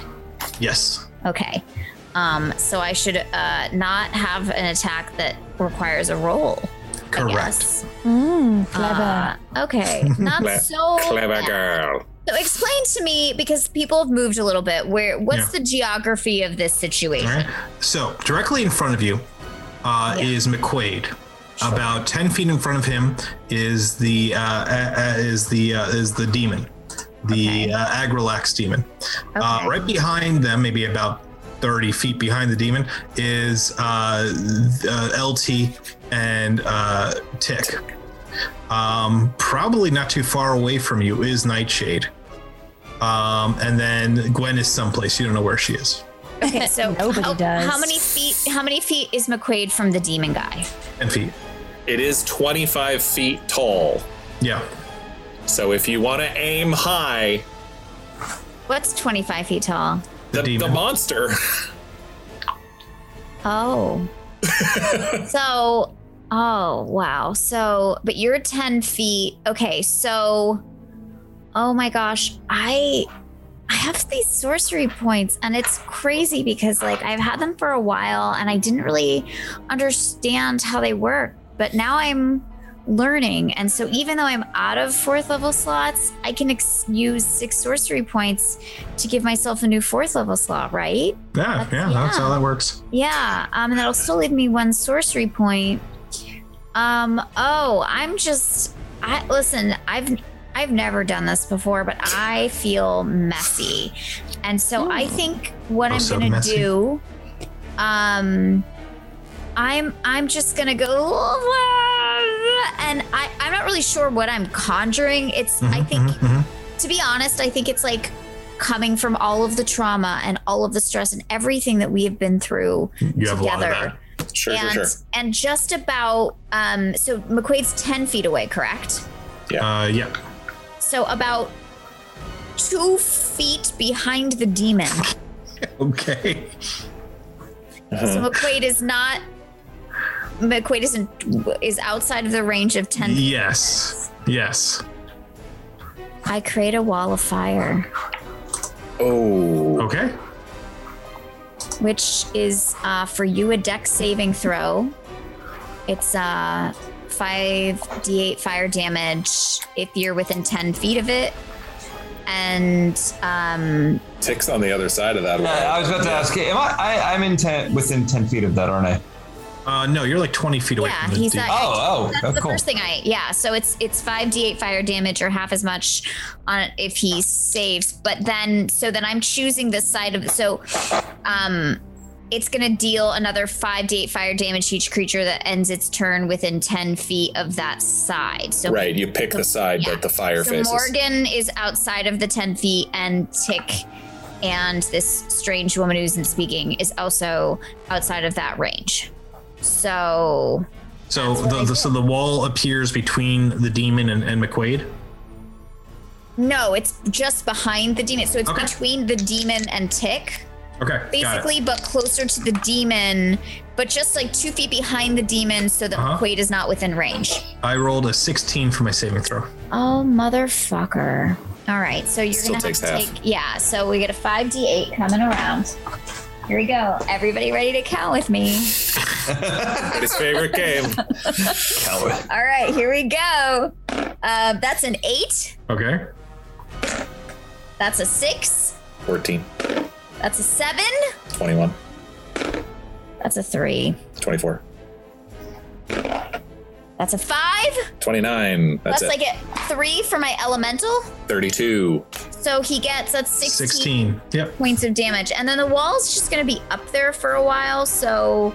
Yes. Okay. Um, so I should uh, not have an attack that requires a roll. I Correct. guess. Mm, clever. Uh, okay. Not Cle- so Clever bad. girl. So explain to me because people have moved a little bit. Where what's Yeah. the geography of this situation? All right. So directly in front of you uh, is McQuaid. About ten feet in front of him is the uh, uh, uh, is the uh, is the demon, the Okay. uh, Agrilax demon. Uh, Okay. right behind them, maybe about thirty feet behind the demon, is uh, th- uh, LT and uh, Tick. Um, probably not too far away from you is Nightshade. Um, and then Gwen is someplace you don't know where she is. Okay, so Nobody Oh, how, does. How many feet? How many feet is McQuaid from the demon guy? Ten feet. It is 25 feet tall. Yeah. So if you want to aim high, What's twenty-five feet tall? the, the, demon. monster. Oh, so oh wow. So but you're ten feet. Okay, so oh my gosh, I I have these sorcery points, and it's crazy because like I've had them for a while, and I didn't really understand how they work, but now I'm learning. And so even though I'm out of fourth level slots, I can ex- use six sorcery points to give myself a new fourth level slot, right? Yeah, That's- yeah, that's yeah. how that works. Yeah, um, and that'll still leave me one sorcery point. Um, oh, I'm just I listen, I've I've never done this before, but I feel messy. And so I think what Oh, I'm so gonna messy. do um I'm I'm just gonna go and I, I'm not really sure what I'm conjuring. It's I Mhm, think mhm, mhm. to be honest, I think it's like coming from all of the trauma and all of the stress and everything that we have been through you have a lot of together. that. Sure, and sure, sure. and just about um so McQuaid's 10 feet away, correct? Uh, yeah, So about 2 feet behind the demon. okay. So McQuaid is not McQuaid isn't is outside of the range of 10. feet. Yes, yes. I create a wall of fire, Oh. Okay, which is uh, for you a deck saving throw. It's uh 5d8 fire damage if you're within 10 feet of it. And um, Ticks on the other side of that I wall. was about to ask, am I? I I'm in ten, within ten feet of that, aren't I? uh, no, you're like 20 feet away Yeah, from the he's deep. not- Oh, oh, that's the first thing I yeah. So it's it's five d8 fire damage or half as much on it if he saves. But then so then I'm choosing this side of so um it's gonna deal another five d8 fire damage to each creature that ends its turn within ten feet of that side. So Right, you pick the side that the fire so faces. Morgan is outside of the ten feet and Tick. And this strange woman who isn't speaking is also outside of that range. So So the, the so the wall appears between the demon and, and McQuaid. No, it's just behind the demon. So it's Okay. between the demon and Tick. Okay. Got it. basically, but closer to the demon, but just like two feet behind the demon, so that Uh-huh. Quaid is not within range. I rolled a 16 for my saving throw. Oh motherfucker! All right, so you're Still gonna have takes to half. take yeah. So we get a five d eight coming around. Here we go. Everybody ready to count with me? His favorite game. All right, here we go. Uh, that's an eight. Okay. That's a six. 14, That's a seven. 21, That's a three. 24, That's a five. 29. That's Plus, it. I get three for my elemental. 32. So he gets that's 16, 16. Yep. points of damage. And then the wall's just going to be up there for a while. So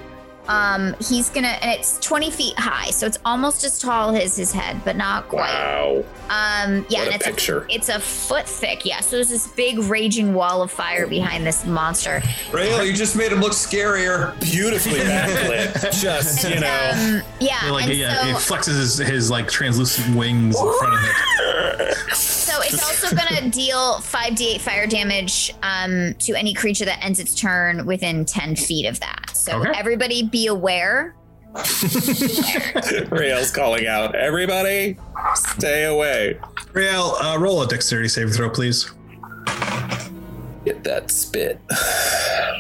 um, he's going to, and it's 20 feet high. So it's almost as tall as his head, but not quite. Wow. Um, yeah, and What a it's picture. it's a foot thick. Yeah. So there's this big raging wall of fire behind this monster. Rail, you just made him look scarier. Beautifully backlit. Just, you know. Um, yeah. like and yeah, so, it flexes his, his like translucent wings in front of it. So it's also going to deal 5d8 fire damage um, to any creature that ends its turn within 10 feet of that. So Okay. everybody be aware. Rail's calling out, everybody, stay away. Rael, uh, roll a dexterity saving throw, please. Get that spit.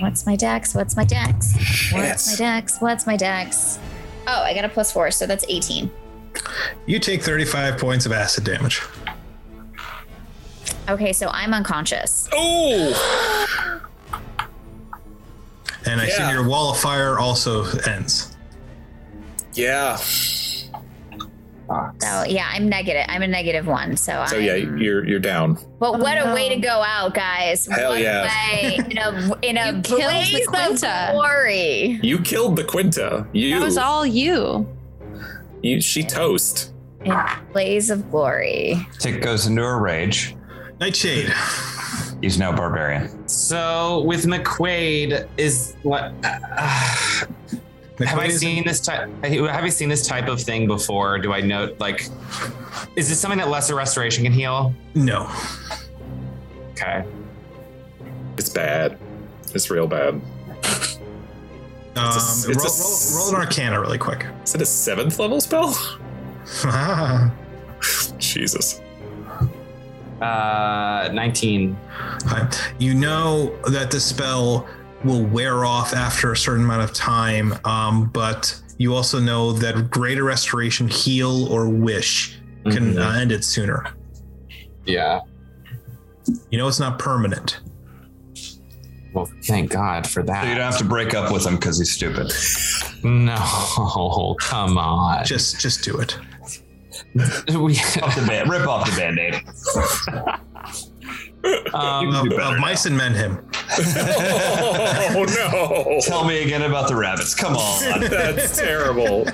What's my dex? What's my dex? What's Yes. my dex? What's my dex? Oh, I got a plus four, so that's 18. You take 35 points of acid damage. Okay, so I'm unconscious. Oh, And I assume Yeah. your wall of fire also ends. yeah. So yeah, I'm negative. I'm a negative one. So, So I'm, yeah, you're you're down. But what Oh, a way to no. go out, guys! Hell what yeah. A way in a in a You killed the blaze Quinta. of glory. You killed the Quinta. You, That was all you. you she toast. In a blaze of glory. Tick goes into a rage. Nightshade. He's now barbarian. So with McQuaid is what? uh, have I McQuaid is- seen this type? Have I seen this type of thing before? Do I know? Like, is this something that lesser restoration can heal? No. Okay. It's bad. It's real bad. Um, It's a- roll, it's a- roll- roll an arcana really quick. Is it a seventh level spell? High Jesus. Uh, nineteen. you know that the spell will wear off after a certain amount of time, um, but you also know that greater restoration, heal, or wish can Mm-hmm. uh, end it sooner. Mm-hmm. Yeah. You know it's not permanent. Well, thank God So for you that. don't have to break up with him because he's stupid. No, come on. Just just do it. we, Off the band, rip off the band-aid. um, Of, of Uh, mice and men him. Oh Tell me again about the rabbits. Come on. no. That's terrible.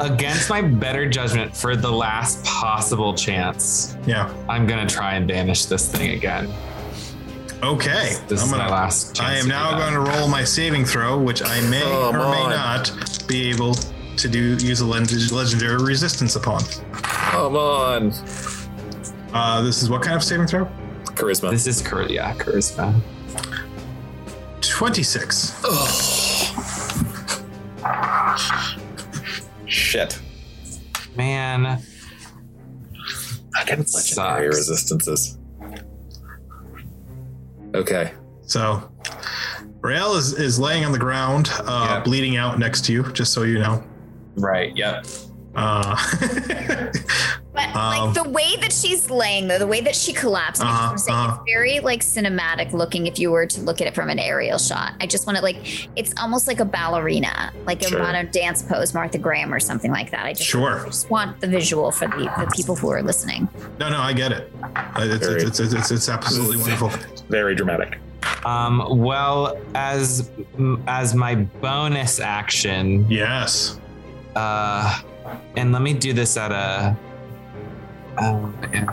against my better judgment, for the last possible chance, Yeah. I'm gonna try and banish this thing again. Okay. This is my last. Chance I am to do now that. going to roll my saving throw, which I may Come or may on. not be able to do use a len- legendary resistance upon. Come on. Uh, this is what kind of saving throw? Charisma. This is char- yeah, charisma. 26. Shit. Man, Against legendary Sucks. resistances. Okay. So Rael is, is laying on the ground, uh, Yeah. bleeding out next to you, just so you know. right? Yep. Uh, But Um, like the way that she's laying, though, the way that she collapsed, like, Uh-huh, I'm saying, uh-huh. it's very like cinematic looking. If you were to look at it from an aerial shot, I just want to like, it's almost like a ballerina, like Sure. a modern dance pose, Martha Graham or something like that. I just, Sure. I just want the visual for the, the people who are listening. no, no, I get it. Uh, It's, Very- it's, it's, it's, it's absolutely wonderful. Very dramatic. Um, well, as as my bonus action, Yes. uh, and let me do this at a. Um, and-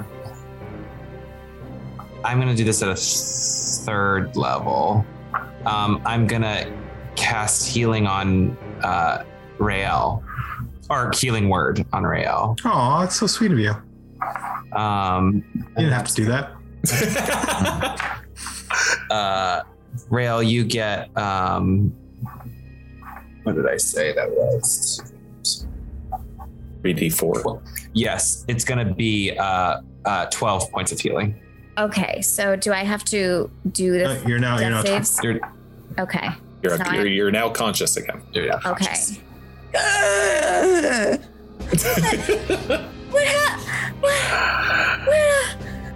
I'm gonna do this at a third level. Um, I'm gonna cast healing on uh, Rael, or healing word on Rael. Oh, that's so sweet of you. You Um, didn't have to do that. uh, Rail, you get um what did I say that was? 3d4. Yes, it's gonna be uh uh 12 points of healing. Okay, so do I have to do the Uh, you're now you're now death saves? You're- Okay. You're, It's up, not- you're, you're now conscious again. Okay. what happened?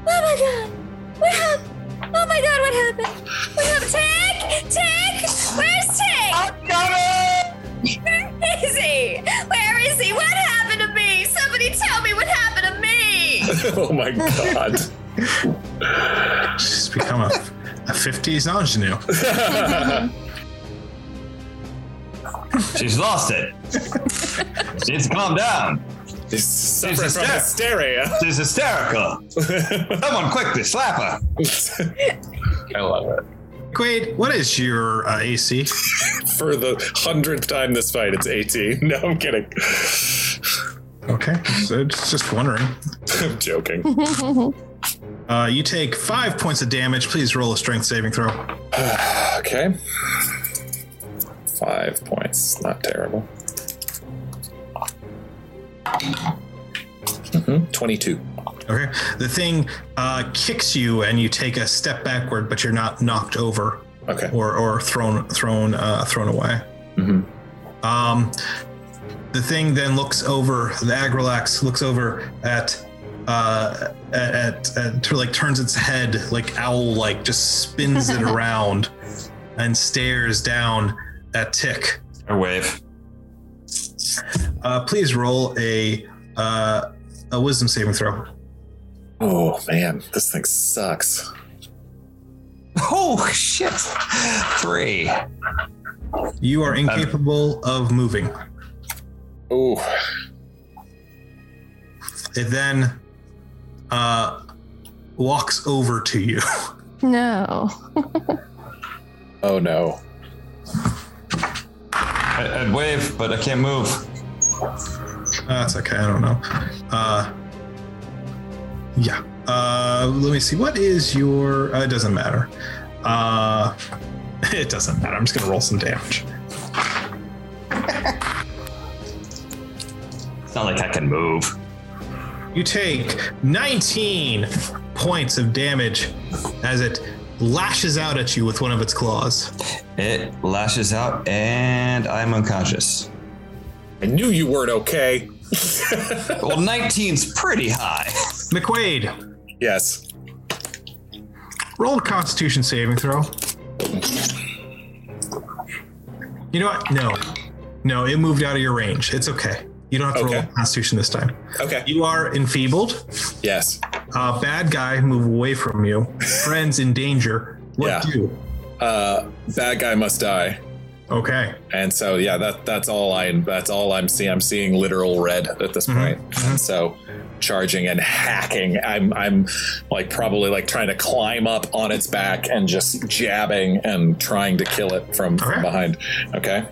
What? What? hap- Oh my god! What happened? Oh my god! What happened? What happened? Tag! Tag! Where's Tag? Where is he? Where is he? What happened to me? Somebody tell me what happened to me! oh my god. She's become a, a 50s ingenue. She's lost it. She's calmed down. He's suffering She's from hysteria. She's hysterical. Someone quickly slap her. I love it. Quaid, what is your uh, AC? For the hundredth time this fight, it's 18. No, I'm kidding. Okay, so it's just wondering. I'm joking. Uh, you take five points of damage. Please roll a strength saving throw. okay. Five points. Not terrible. hmm 22. Okay, the thing uh, kicks you, and you take a step backward, but you're not knocked over Okay. or, or thrown thrown uh, thrown away. Mm-hmm. Um, the thing then looks over. The Agrilax looks over at uh, at, at, at to, like turns its head like owl like just spins it around and stares down at Tick. Or wave. Uh, please roll a uh, a wisdom saving throw. Oh man, this thing sucks. Oh shit. Three. You are incapable of moving. Um, Ooh. It then uh, walks over to you. No. Oh no. I, I'd wave, but I can't move. That's okay. I don't know. Uh, yeah. Uh, let me see. What is your? Uh, it doesn't matter. Uh, it doesn't matter. I'm just gonna roll some damage. It's not like I can move. You take 19 points of damage as it lashes out at you with one of its claws. It lashes out, and I'm unconscious. I knew you weren't okay. Well, 19's pretty high. McQuaid, Yes. roll a Constitution saving throw. You know what? No, no, it moved out of your range. It's okay. You don't have to roll Okay. a Constitution this time. Okay. You are enfeebled. Yes. Uh, bad guy, move away from you. Friends in danger. What Yeah. do? Uh, bad guy must die. Okay. And so yeah, that that's all I that's all I'm seeing. I'm seeing literal red at this Mhm, point. And so charging and hacking. I'm I'm like probably like trying to climb up on its back and just jabbing and trying to kill it from, Okay. from behind. Okay.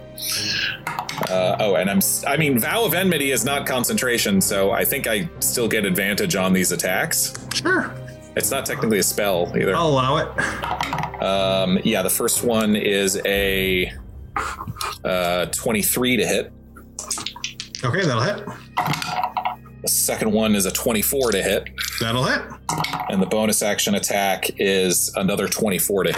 Uh, oh, and I'm s- I mean vow of enmity is not concentration, so I think I still get advantage on these attacks. Sure. It's not technically a spell either. I'll allow it. Um, yeah, the first one is a uh, 23 to hit. Okay, that'll hit. The second one is a 24 to hit. That'll hit. And the bonus action attack is another 24 to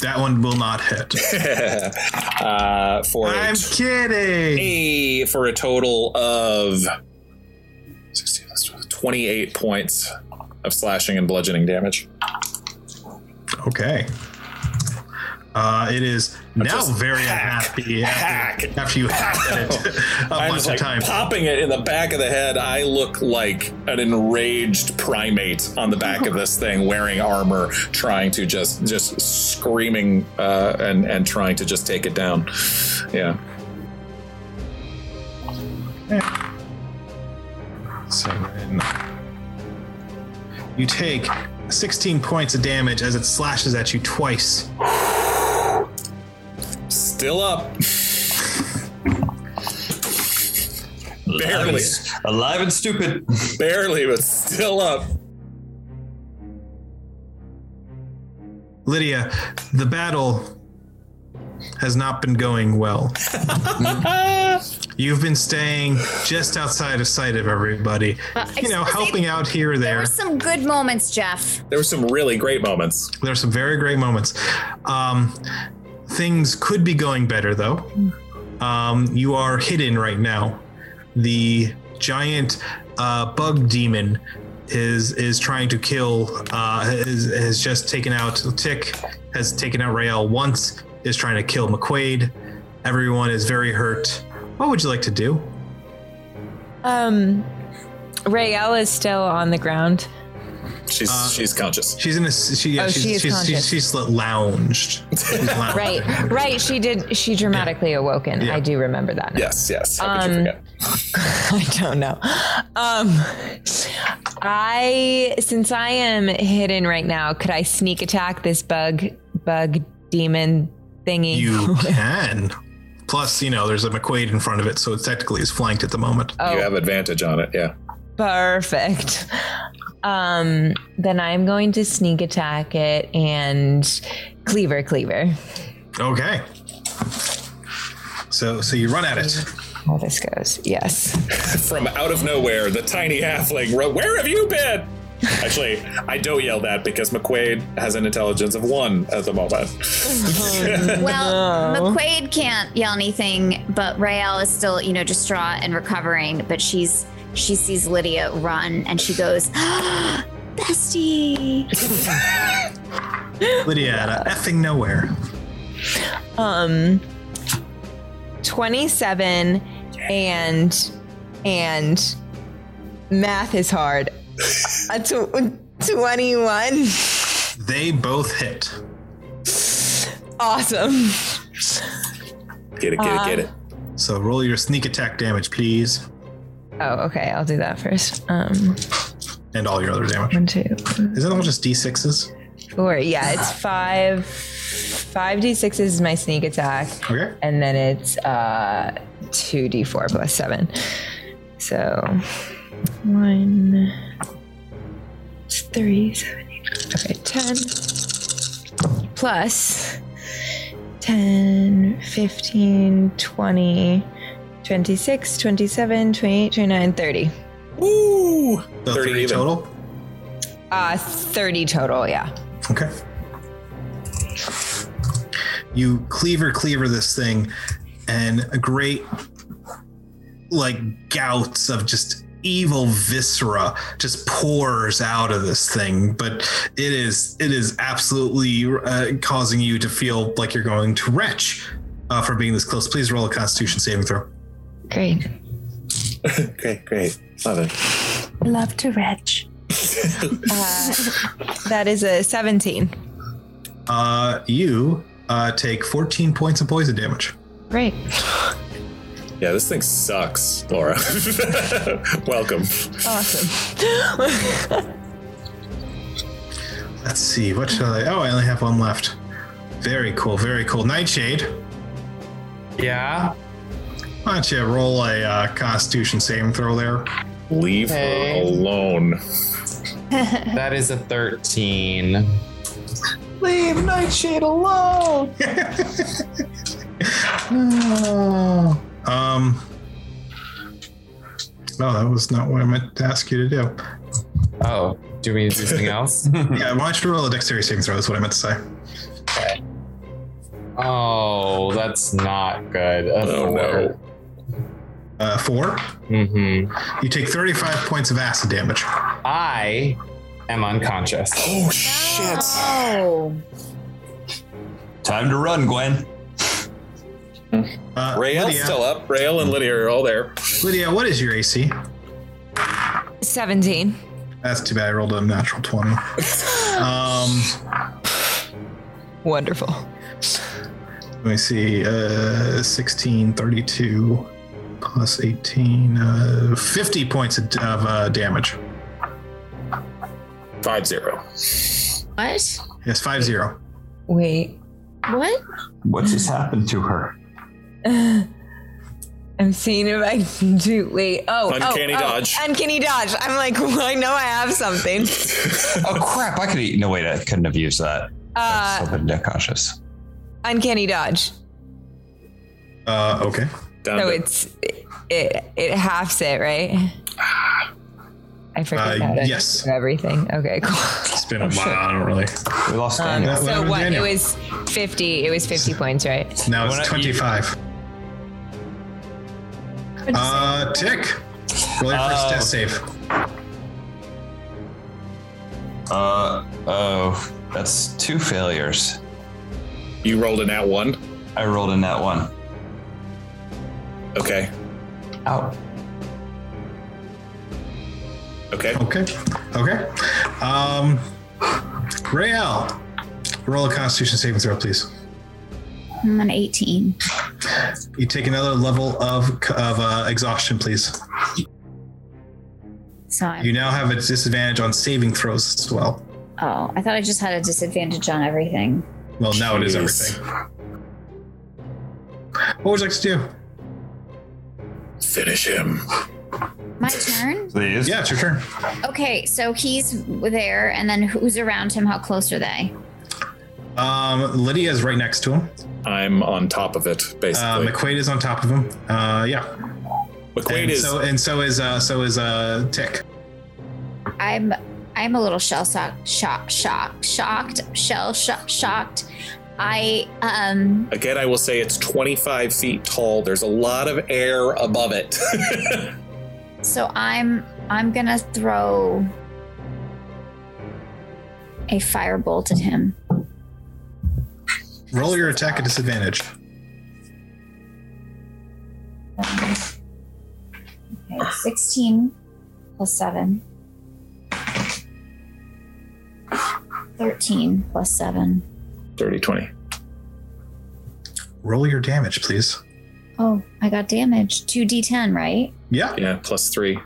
That one will not hit. hit. uh, for, a I'm t- kidding. a, for a total of 16, that's 28 points of slashing and bludgeoning damage. Okay. Uh, it is now just very hack, unhappy after, hack. after you hack at it a I'm bunch just of like times. popping it in the back of the head. I look like an enraged primate on the back of this thing, wearing armor, trying to just just screaming uh, and and trying to just take it down. Yeah. Seven. You take 16 points of damage as it slashes at you twice. Still up. Alive and barely, s- Alive and stupid. barely, but still up. Lydia, the battle has not been going well. You've been staying just outside of sight of everybody, Well, you know, I was gonna say, helping out here or Uh, There there. were some good moments, Jeff. There were some really great moments. There's some very great moments. Um, things could be going better, though. Um, you are hidden right now. The giant uh, bug demon is is trying to kill. Uh, has, has just taken out Tick. Has taken out Rael once. Is trying to kill McQuaid. Everyone is very hurt. What would you like to do? Um, Rayel is still on the ground. She's Uh, she's conscious. She's in a she, yeah, Oh, she's, she she's, is she's, conscious. she's lounged. She's lounged. Right, right. She did. She dramatically awoken. Yeah. I do remember that. Now. Yes, yes. How could you Um, forget? I don't know. Um, I since I am hidden right now, could I sneak attack this bug bug demon thingy? You can. Plus, you know, there's a McQuaid in front of it, so it technically is flanked at the moment. oh, You have advantage on it. Yeah. perfect. Um, then I'm going to sneak attack it and cleaver, cleaver. Okay. So, so you run at it. How this goes? Yes. From out of nowhere, the tiny halfling wrote, Where have you been? Actually, I don't yell that because McQuaid has an intelligence of one at the moment. Well, No. McQuaid can't yell anything, but Rael is still, you know, distraught and recovering. But she's she sees Lydia run and she goes, "Ah, "Bestie." Lydia, out of effing nowhere. um 27 and and math is hard a tw- 21 They both hit. awesome get it, get it, get it. So roll your sneak attack damage, please, oh okay i'll do that first um and all your other damage. one two Is it all just d6s? four yeah it's five five d6 is my sneak attack Okay. and then it's uh 2d4 plus 7 so one, three, seven, eight. okay 10 plus 10 15 20 26 27 28 29 30 Woo! So 30 30 even. total. uh 30 total yeah Okay. You cleaver cleaver this thing, and a great like gouts of just evil viscera just pours out of this thing but it is it is absolutely uh, causing you to feel like you're going to retch uh, for being this close please roll a constitution saving throw great Great, great. Love it. Love to retch. uh, that is a 17 uh you uh take 14 points of poison damage great Yeah, this thing sucks, Laura. Welcome. awesome Let's see, what shall I? Oh, I only have one left. Very cool, very cool. Nightshade, Yeah. why don't you roll a uh, Constitution saving throw there? Leave Hey. her alone. That is a 13. Um. Oh, that was not what I meant to ask you to do. Oh, do we need to do something else? Yeah, why don't you roll a dexterity saving throw? Is what I meant to say. oh, that's not good. That's Oh, no. Uh, four. Mm-hmm. You take thirty-five points of acid damage. I am unconscious. Oh shit! Oh, Time to run, Gwen. Uh, Rael's Lydia, still up. Rael and Lydia are all there. Lydia, what is your AC? 17 That's too bad. I rolled a natural twenty. Um. wonderful Let me see. Uh, 16, 32, plus 18, uh, 50 points of, of uh, damage. Five zero. what? Yes, 5 0. Wait. What? What just happened to her? I'm seeing if I can do. Wait. Oh. oh, Uncanny oh, dodge. Uncanny dodge. I'm like, well, I know I have something. Oh crap! I could eat. No wait, I couldn't have used that. Uh, Open deck cautious. uncanny dodge. Uh, okay. Down So to- it's it it halves it, right? I forgot Uh, how to yes. do everything. Okay, cool. It's Oh, been a while. I don't really. We lost Um, Daniel. what so happened to what? It Daniel? was fifty. It was fifty points, right? Now Why it's don't you- 25. Uh, tick. Roll your first Oh. death save. Uh, oh, that's two failures. you rolled a nat one. I rolled a net one. Okay. Ow. Okay. Okay. Okay. Um, Rael, roll a constitution saving throw, please. I'm on 18. You take another level of, of uh, exhaustion, please. So I'm, You now have a disadvantage on saving throws as well. oh, I thought I just had a disadvantage on everything. Well, now it is Jeez. everything. What would you like to do? Finish him. My turn? Please. Yeah, it's your turn. Okay, so he's there, and then who's around him? How close are they? Um, Lydia is right next to him. I'm on top of it, Uh, basically. McQuaid is on top of him. Uh, yeah. McQuaid and is. so and so is uh, so is uh, Tick. I'm I'm a little shell shocked, shock, shock, shocked, shell shock, shocked. I um Again, I will say it's 25 feet tall. There's a lot of air above it. So I'm I'm gonna throw a firebolt at him. Roll your attack at disadvantage. Okay, Sixteen plus seven. Thirteen plus seven. 30, 20. Roll your damage, please. Oh, I got damage. Two D ten, right? Yeah. Yeah, plus three.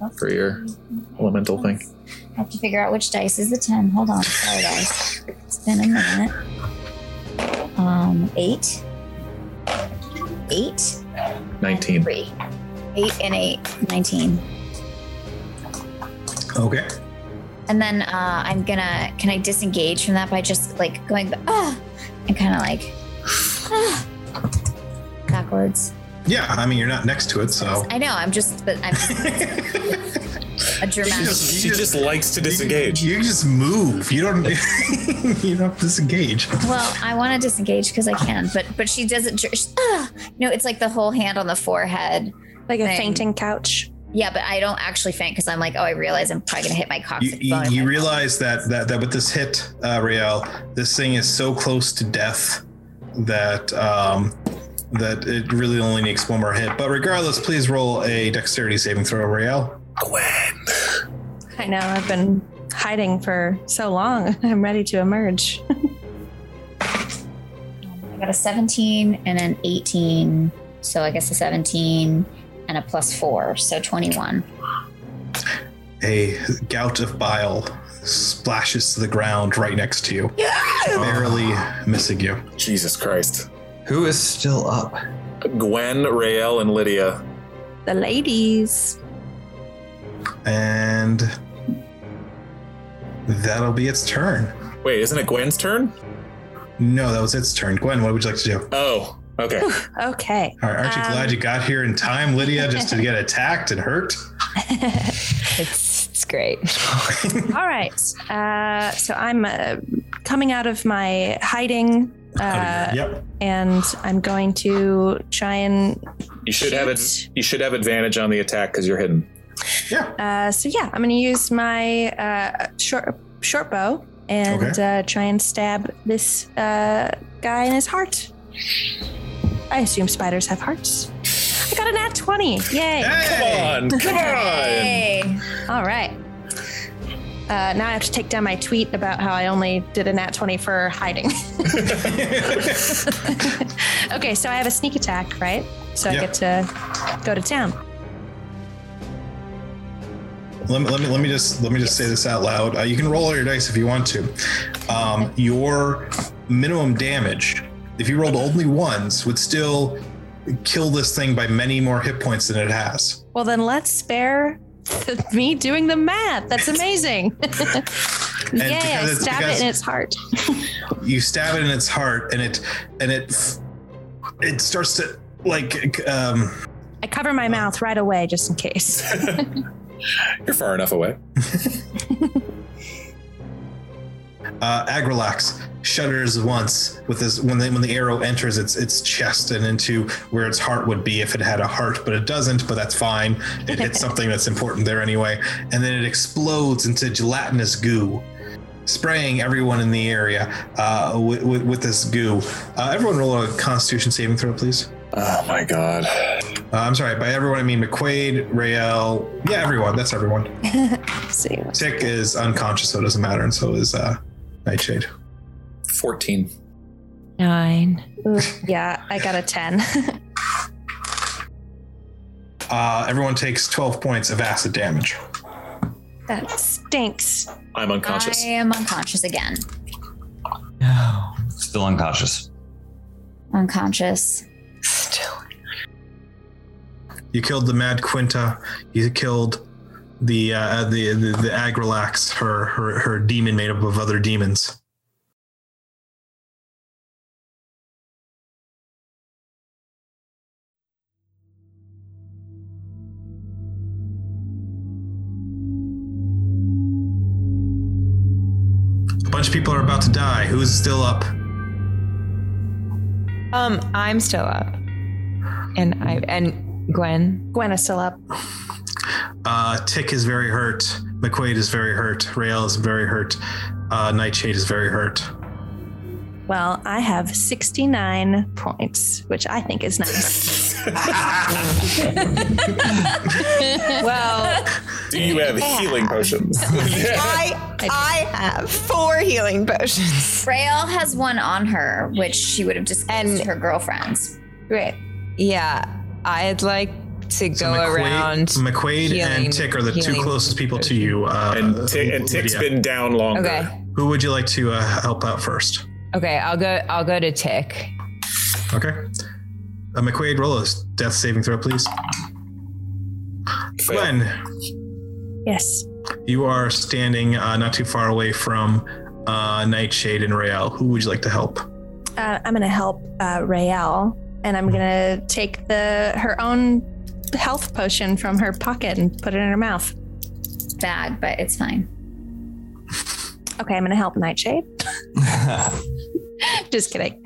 That's For your elemental thing. I have to figure out which dice is the ten. Hold on, sorry guys. It's been a minute. Um eight. Eight. 19. Three. Eight and eight. Nineteen. Okay. And then uh, I'm gonna. Can I disengage from that by just like going ah, and kind of like ah, backwards? Yeah. I mean, you're not next to it, so. I know. I'm just. But I'm a dramatic. She just likes to disengage. You, you just move. You don't. you don't disengage. Well, I want to disengage because I can, but but she doesn't. dr- She, ah, no, it's like the whole hand on the forehead. Like a Thing. fainting couch. Yeah, but I don't actually faint because I'm like, oh, I realize I'm probably gonna hit my You, coccyx you, bone. you realize that, that that with this hit, uh, Riel, this thing is so close to death that um, that it really only needs one more hit. But regardless, please roll a dexterity saving throw, Riel. Gwen. I know. I've been hiding for so long. I'm ready to emerge. I got a 17 and an 18, so I guess a 17 and a plus four, so 21. A gout of bile splashes to the ground right next to you, barely missing you. Jesus Christ. Who is still up? Gwen, Rael, and Lydia. The ladies. And that'll be its turn. Wait, isn't it Gwen's turn? No, that was its turn. Gwen, what would you like to do? Oh, okay. Okay. All right, aren't you Um, glad you got here in time, Lydia, just to get attacked and hurt? it's, it's great. All right. Uh, so I'm uh, coming out of my hiding. Uh, yep. and I'm going to try and You should have it. Shoot. You should have advantage on the attack because you're hidden. Yeah. uh, so yeah, I'm going to use my uh, short short bow and uh, try and stab this uh, guy in his heart. I assume spiders have hearts. I got a nat twenty! Yay! Hey! Come on, come on. All right. Uh, now I have to take down my tweet about how I only did a nat 20 for hiding. okay, so I have a sneak attack, right? So Yeah. I get to go to town. Let me, let me let me just let me just say this out loud. Uh, you can roll all your dice if you want to. Um, your minimum damage, if you rolled only ones, would still kill this thing by many more hit points than it has. Well, then let's spare Me doing the math. That's amazing. Yay, I because it's- stab because- it in its heart. you stab it in its heart and it and it it starts to like um I cover my mouth right away just in case. You're far enough away. uh agrilax shudders once with this when the when the arrow enters its its chest and into where its heart would be if it had a heart but it doesn't but that's fine it hits something that's important there anyway and then it explodes into gelatinous goo spraying everyone in the area uh with, with, with this goo uh, everyone roll a constitution saving throw please Oh my god. Uh, I'm sorry, by everyone I mean McQuaid, Rael. Yeah, everyone. That's everyone. See. Tick is unconscious, so it doesn't matter, and so is uh, Nightshade. 14. Nine. Ooh, yeah, I got a 10. Uh, everyone takes 12 points of acid damage. that stinks. I'm unconscious. I am unconscious again. No. Still unconscious. Unconscious. You killed the Mad Quinta. You killed the uh, the, the the Agrilax, her her her demon made up of other demons. A bunch of people are about to die. Who's still up? Um, I'm still up. And I and Gwen. Gwen is still up. Uh, Tick is very hurt. McQuaid is very hurt. Rael is very hurt. Uh, Nightshade is very hurt. Well, I have 69 points, which I think is nice. Well, Do you have healing potions? I, I have four healing potions. Rael has one on her, which she would have disclosed And- to her girlfriends. Great. yeah, I'd like to go around. McQuaid healing- and Tick are the two healing closest people to you. Uh, and, Tick and Tick's Lydia. been down longer. Okay. Who would you like to uh, help out first? Okay, I'll go I'll go to Tick. Okay. Uh, McQuaid, roll a death saving throw, please. Fail. Gwen, yes. you are standing uh, not too far away from uh, Nightshade and Rael. Who would you like to help? Uh, I'm going to help uh, Rael, and I'm going to take the her own health potion from her pocket and put it in her mouth. Bag, but it's fine. Okay, I'm going to help Nightshade. Just kidding.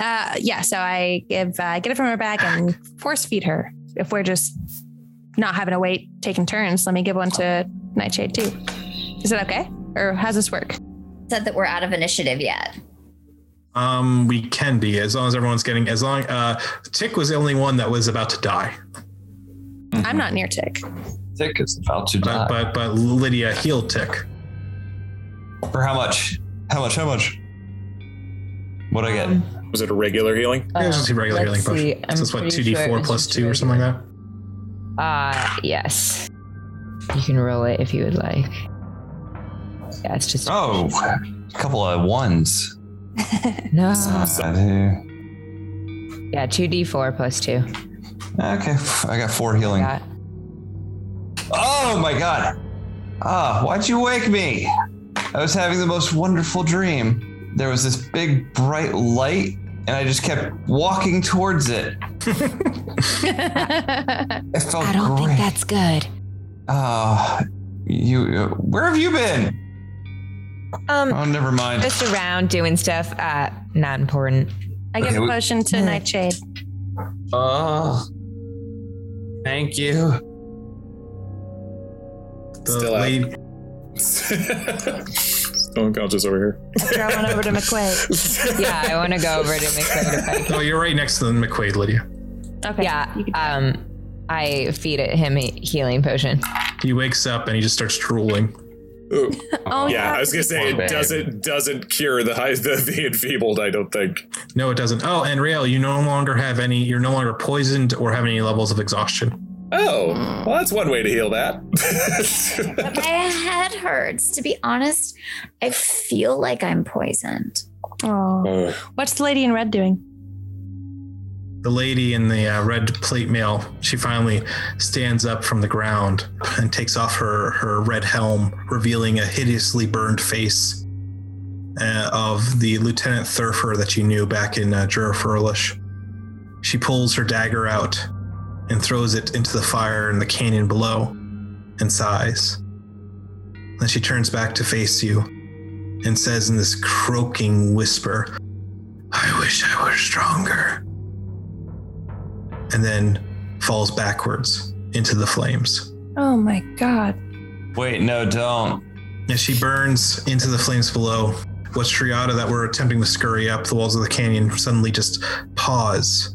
Uh, yeah, so I give uh, get it from her bag and force feed her. If we're just not having to wait, taking turns, let me give one to Nightshade too. Is that okay? Or how's this work? Said that we're out of initiative yet. Um, we can be as long as everyone's getting as long. Uh, Tick was the only one that was about to die, Mm-hmm. I'm not near Tick. Tick is about to but Uh, die. but, but Lydia healed Tick. For how much? How much? How much? What do I get? Was it a regular healing? it was just a regular let's healing see, potion. I'm So it's what two pretty d sure four it's plus just two or something like that. Uh yes. You can roll it if you would like. Yeah, it's just Oh, a couple of ones. no. Uh, there. Yeah, two D four plus two. okay, I got four healing. Got Oh my god! Ah, why'd you wake me? I was having the most wonderful dream. There was this big bright light, and I just kept walking towards it. It felt I don't great. think that's good. Ah, you. uh, Where have you been? Um Oh, never mind. just around doing stuff, uh not important. I give Okay, a we- potion to Nightshade. Ah. Oh, thank you. The Still out. lady- Still unconscious over here. I throw one over to McQuaid. Yeah, I wanna go over to McLeod if I Oh, you're right next to the McQuaid, Lydia. Okay. Yeah. Um I feed it him a healing potion. He wakes up and he just starts drooling. Ooh. Oh, Yeah, I was gonna say Poor it babe. doesn't doesn't cure the high, the, the enfeebled. I don't think. No, it doesn't. Oh, and Rael, you no longer have any. You're no longer poisoned or have any levels of exhaustion. Oh, well, that's one way to heal that. My head hurts. To be honest, I feel like I'm poisoned. uh, Oh. What's the lady in red doing? The lady in the uh, red plate mail, she finally stands up from the ground and takes off her, her red helm, revealing a hideously burned face uh, of the Lieutenant Thurfer that you knew back in uh, Jura Furlish. She pulls her dagger out and throws it into the fire in the canyon below and sighs. Then she turns back to face you and says in this croaking whisper, I wish I were stronger. And then falls backwards into the flames. Oh my god. Wait, no, don't. As she burns into the flames below, what Striata that were attempting to scurry up the walls of the canyon suddenly just pause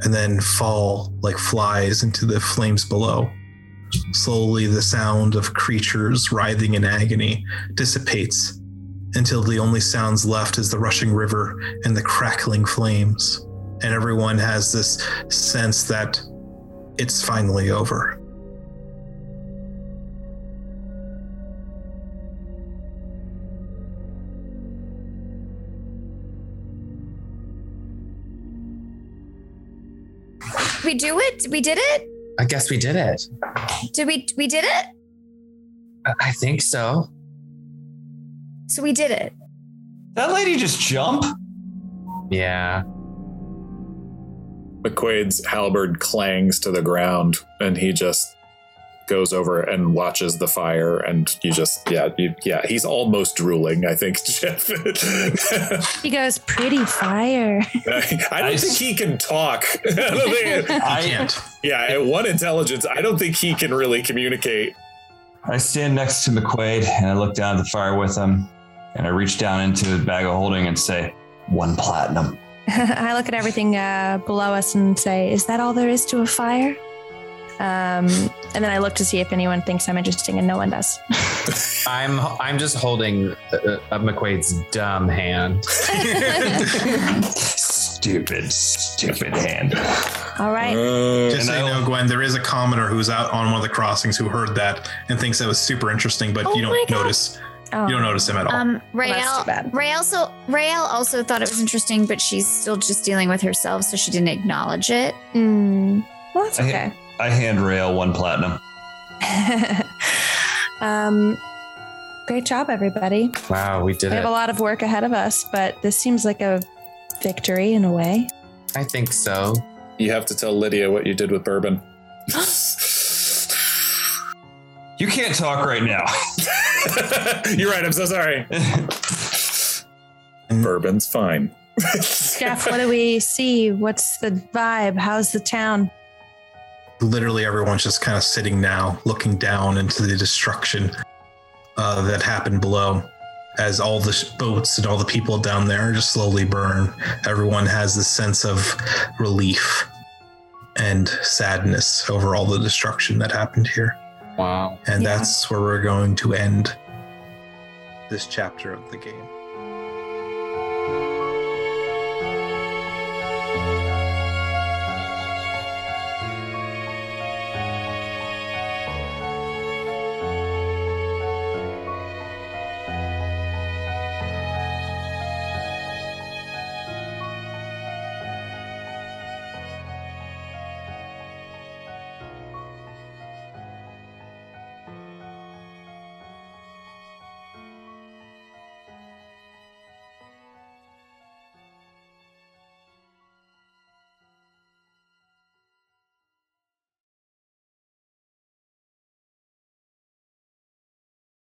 and then fall like flies into the flames below. Slowly, the sound of creatures writhing in agony dissipates until the only sounds left is the rushing river and the crackling flames. And everyone has this sense that it's finally over. We do it. We did it. I guess we did it. Did we? We did it. I- I think so. So we did it. That lady just jump? Yeah. McQuaid's halberd clangs to the ground, and he just goes over and watches the fire. And you just, yeah, you, yeah, he's almost drooling. I think Jeff. He goes, pretty fire. I don't I think s- he can talk. I don't think- I yeah, at one intelligence, I don't think he can really communicate. I stand next to McQuaid and I look down at the fire with him and I reach down into his bag of holding and say, one platinum. I look at everything uh, below us and say, "Is that all there is to a fire?" Um, and then I look to see if anyone thinks I'm interesting, and no one does. I'm I'm just holding uh, uh, McQuaid's dumb hand. Stupid, stupid hand. All right. Just so you And I- know, Gwen, there is a commoner who's out on one of the crossings who heard that and thinks that was super interesting, but Oh you my don't God. notice. Oh. You don't notice him at all. Um, Rael. that's too bad. Rael. So Rael also thought it was interesting, but she's still just dealing with herself, so she didn't acknowledge it. Mm, well, that's Okay. okay. I hand rail one platinum. um, great job, everybody. Wow, we did We have it. a lot of work ahead of us, but this seems like a victory in a way. I think so. You have to tell Lydia what you did with bourbon. You can't talk right now. You're right. I'm so sorry. Bourbon's fine. Jeff, what do we see? What's the vibe? How's the town? literally everyone's just kind of sitting now, looking down into the destruction uh, that happened below. As all the sh- boats and all the people down there just slowly burn, everyone has this sense of relief and sadness over all the destruction that happened here. Wow. And Yeah. that's where we're going to end this chapter of the game.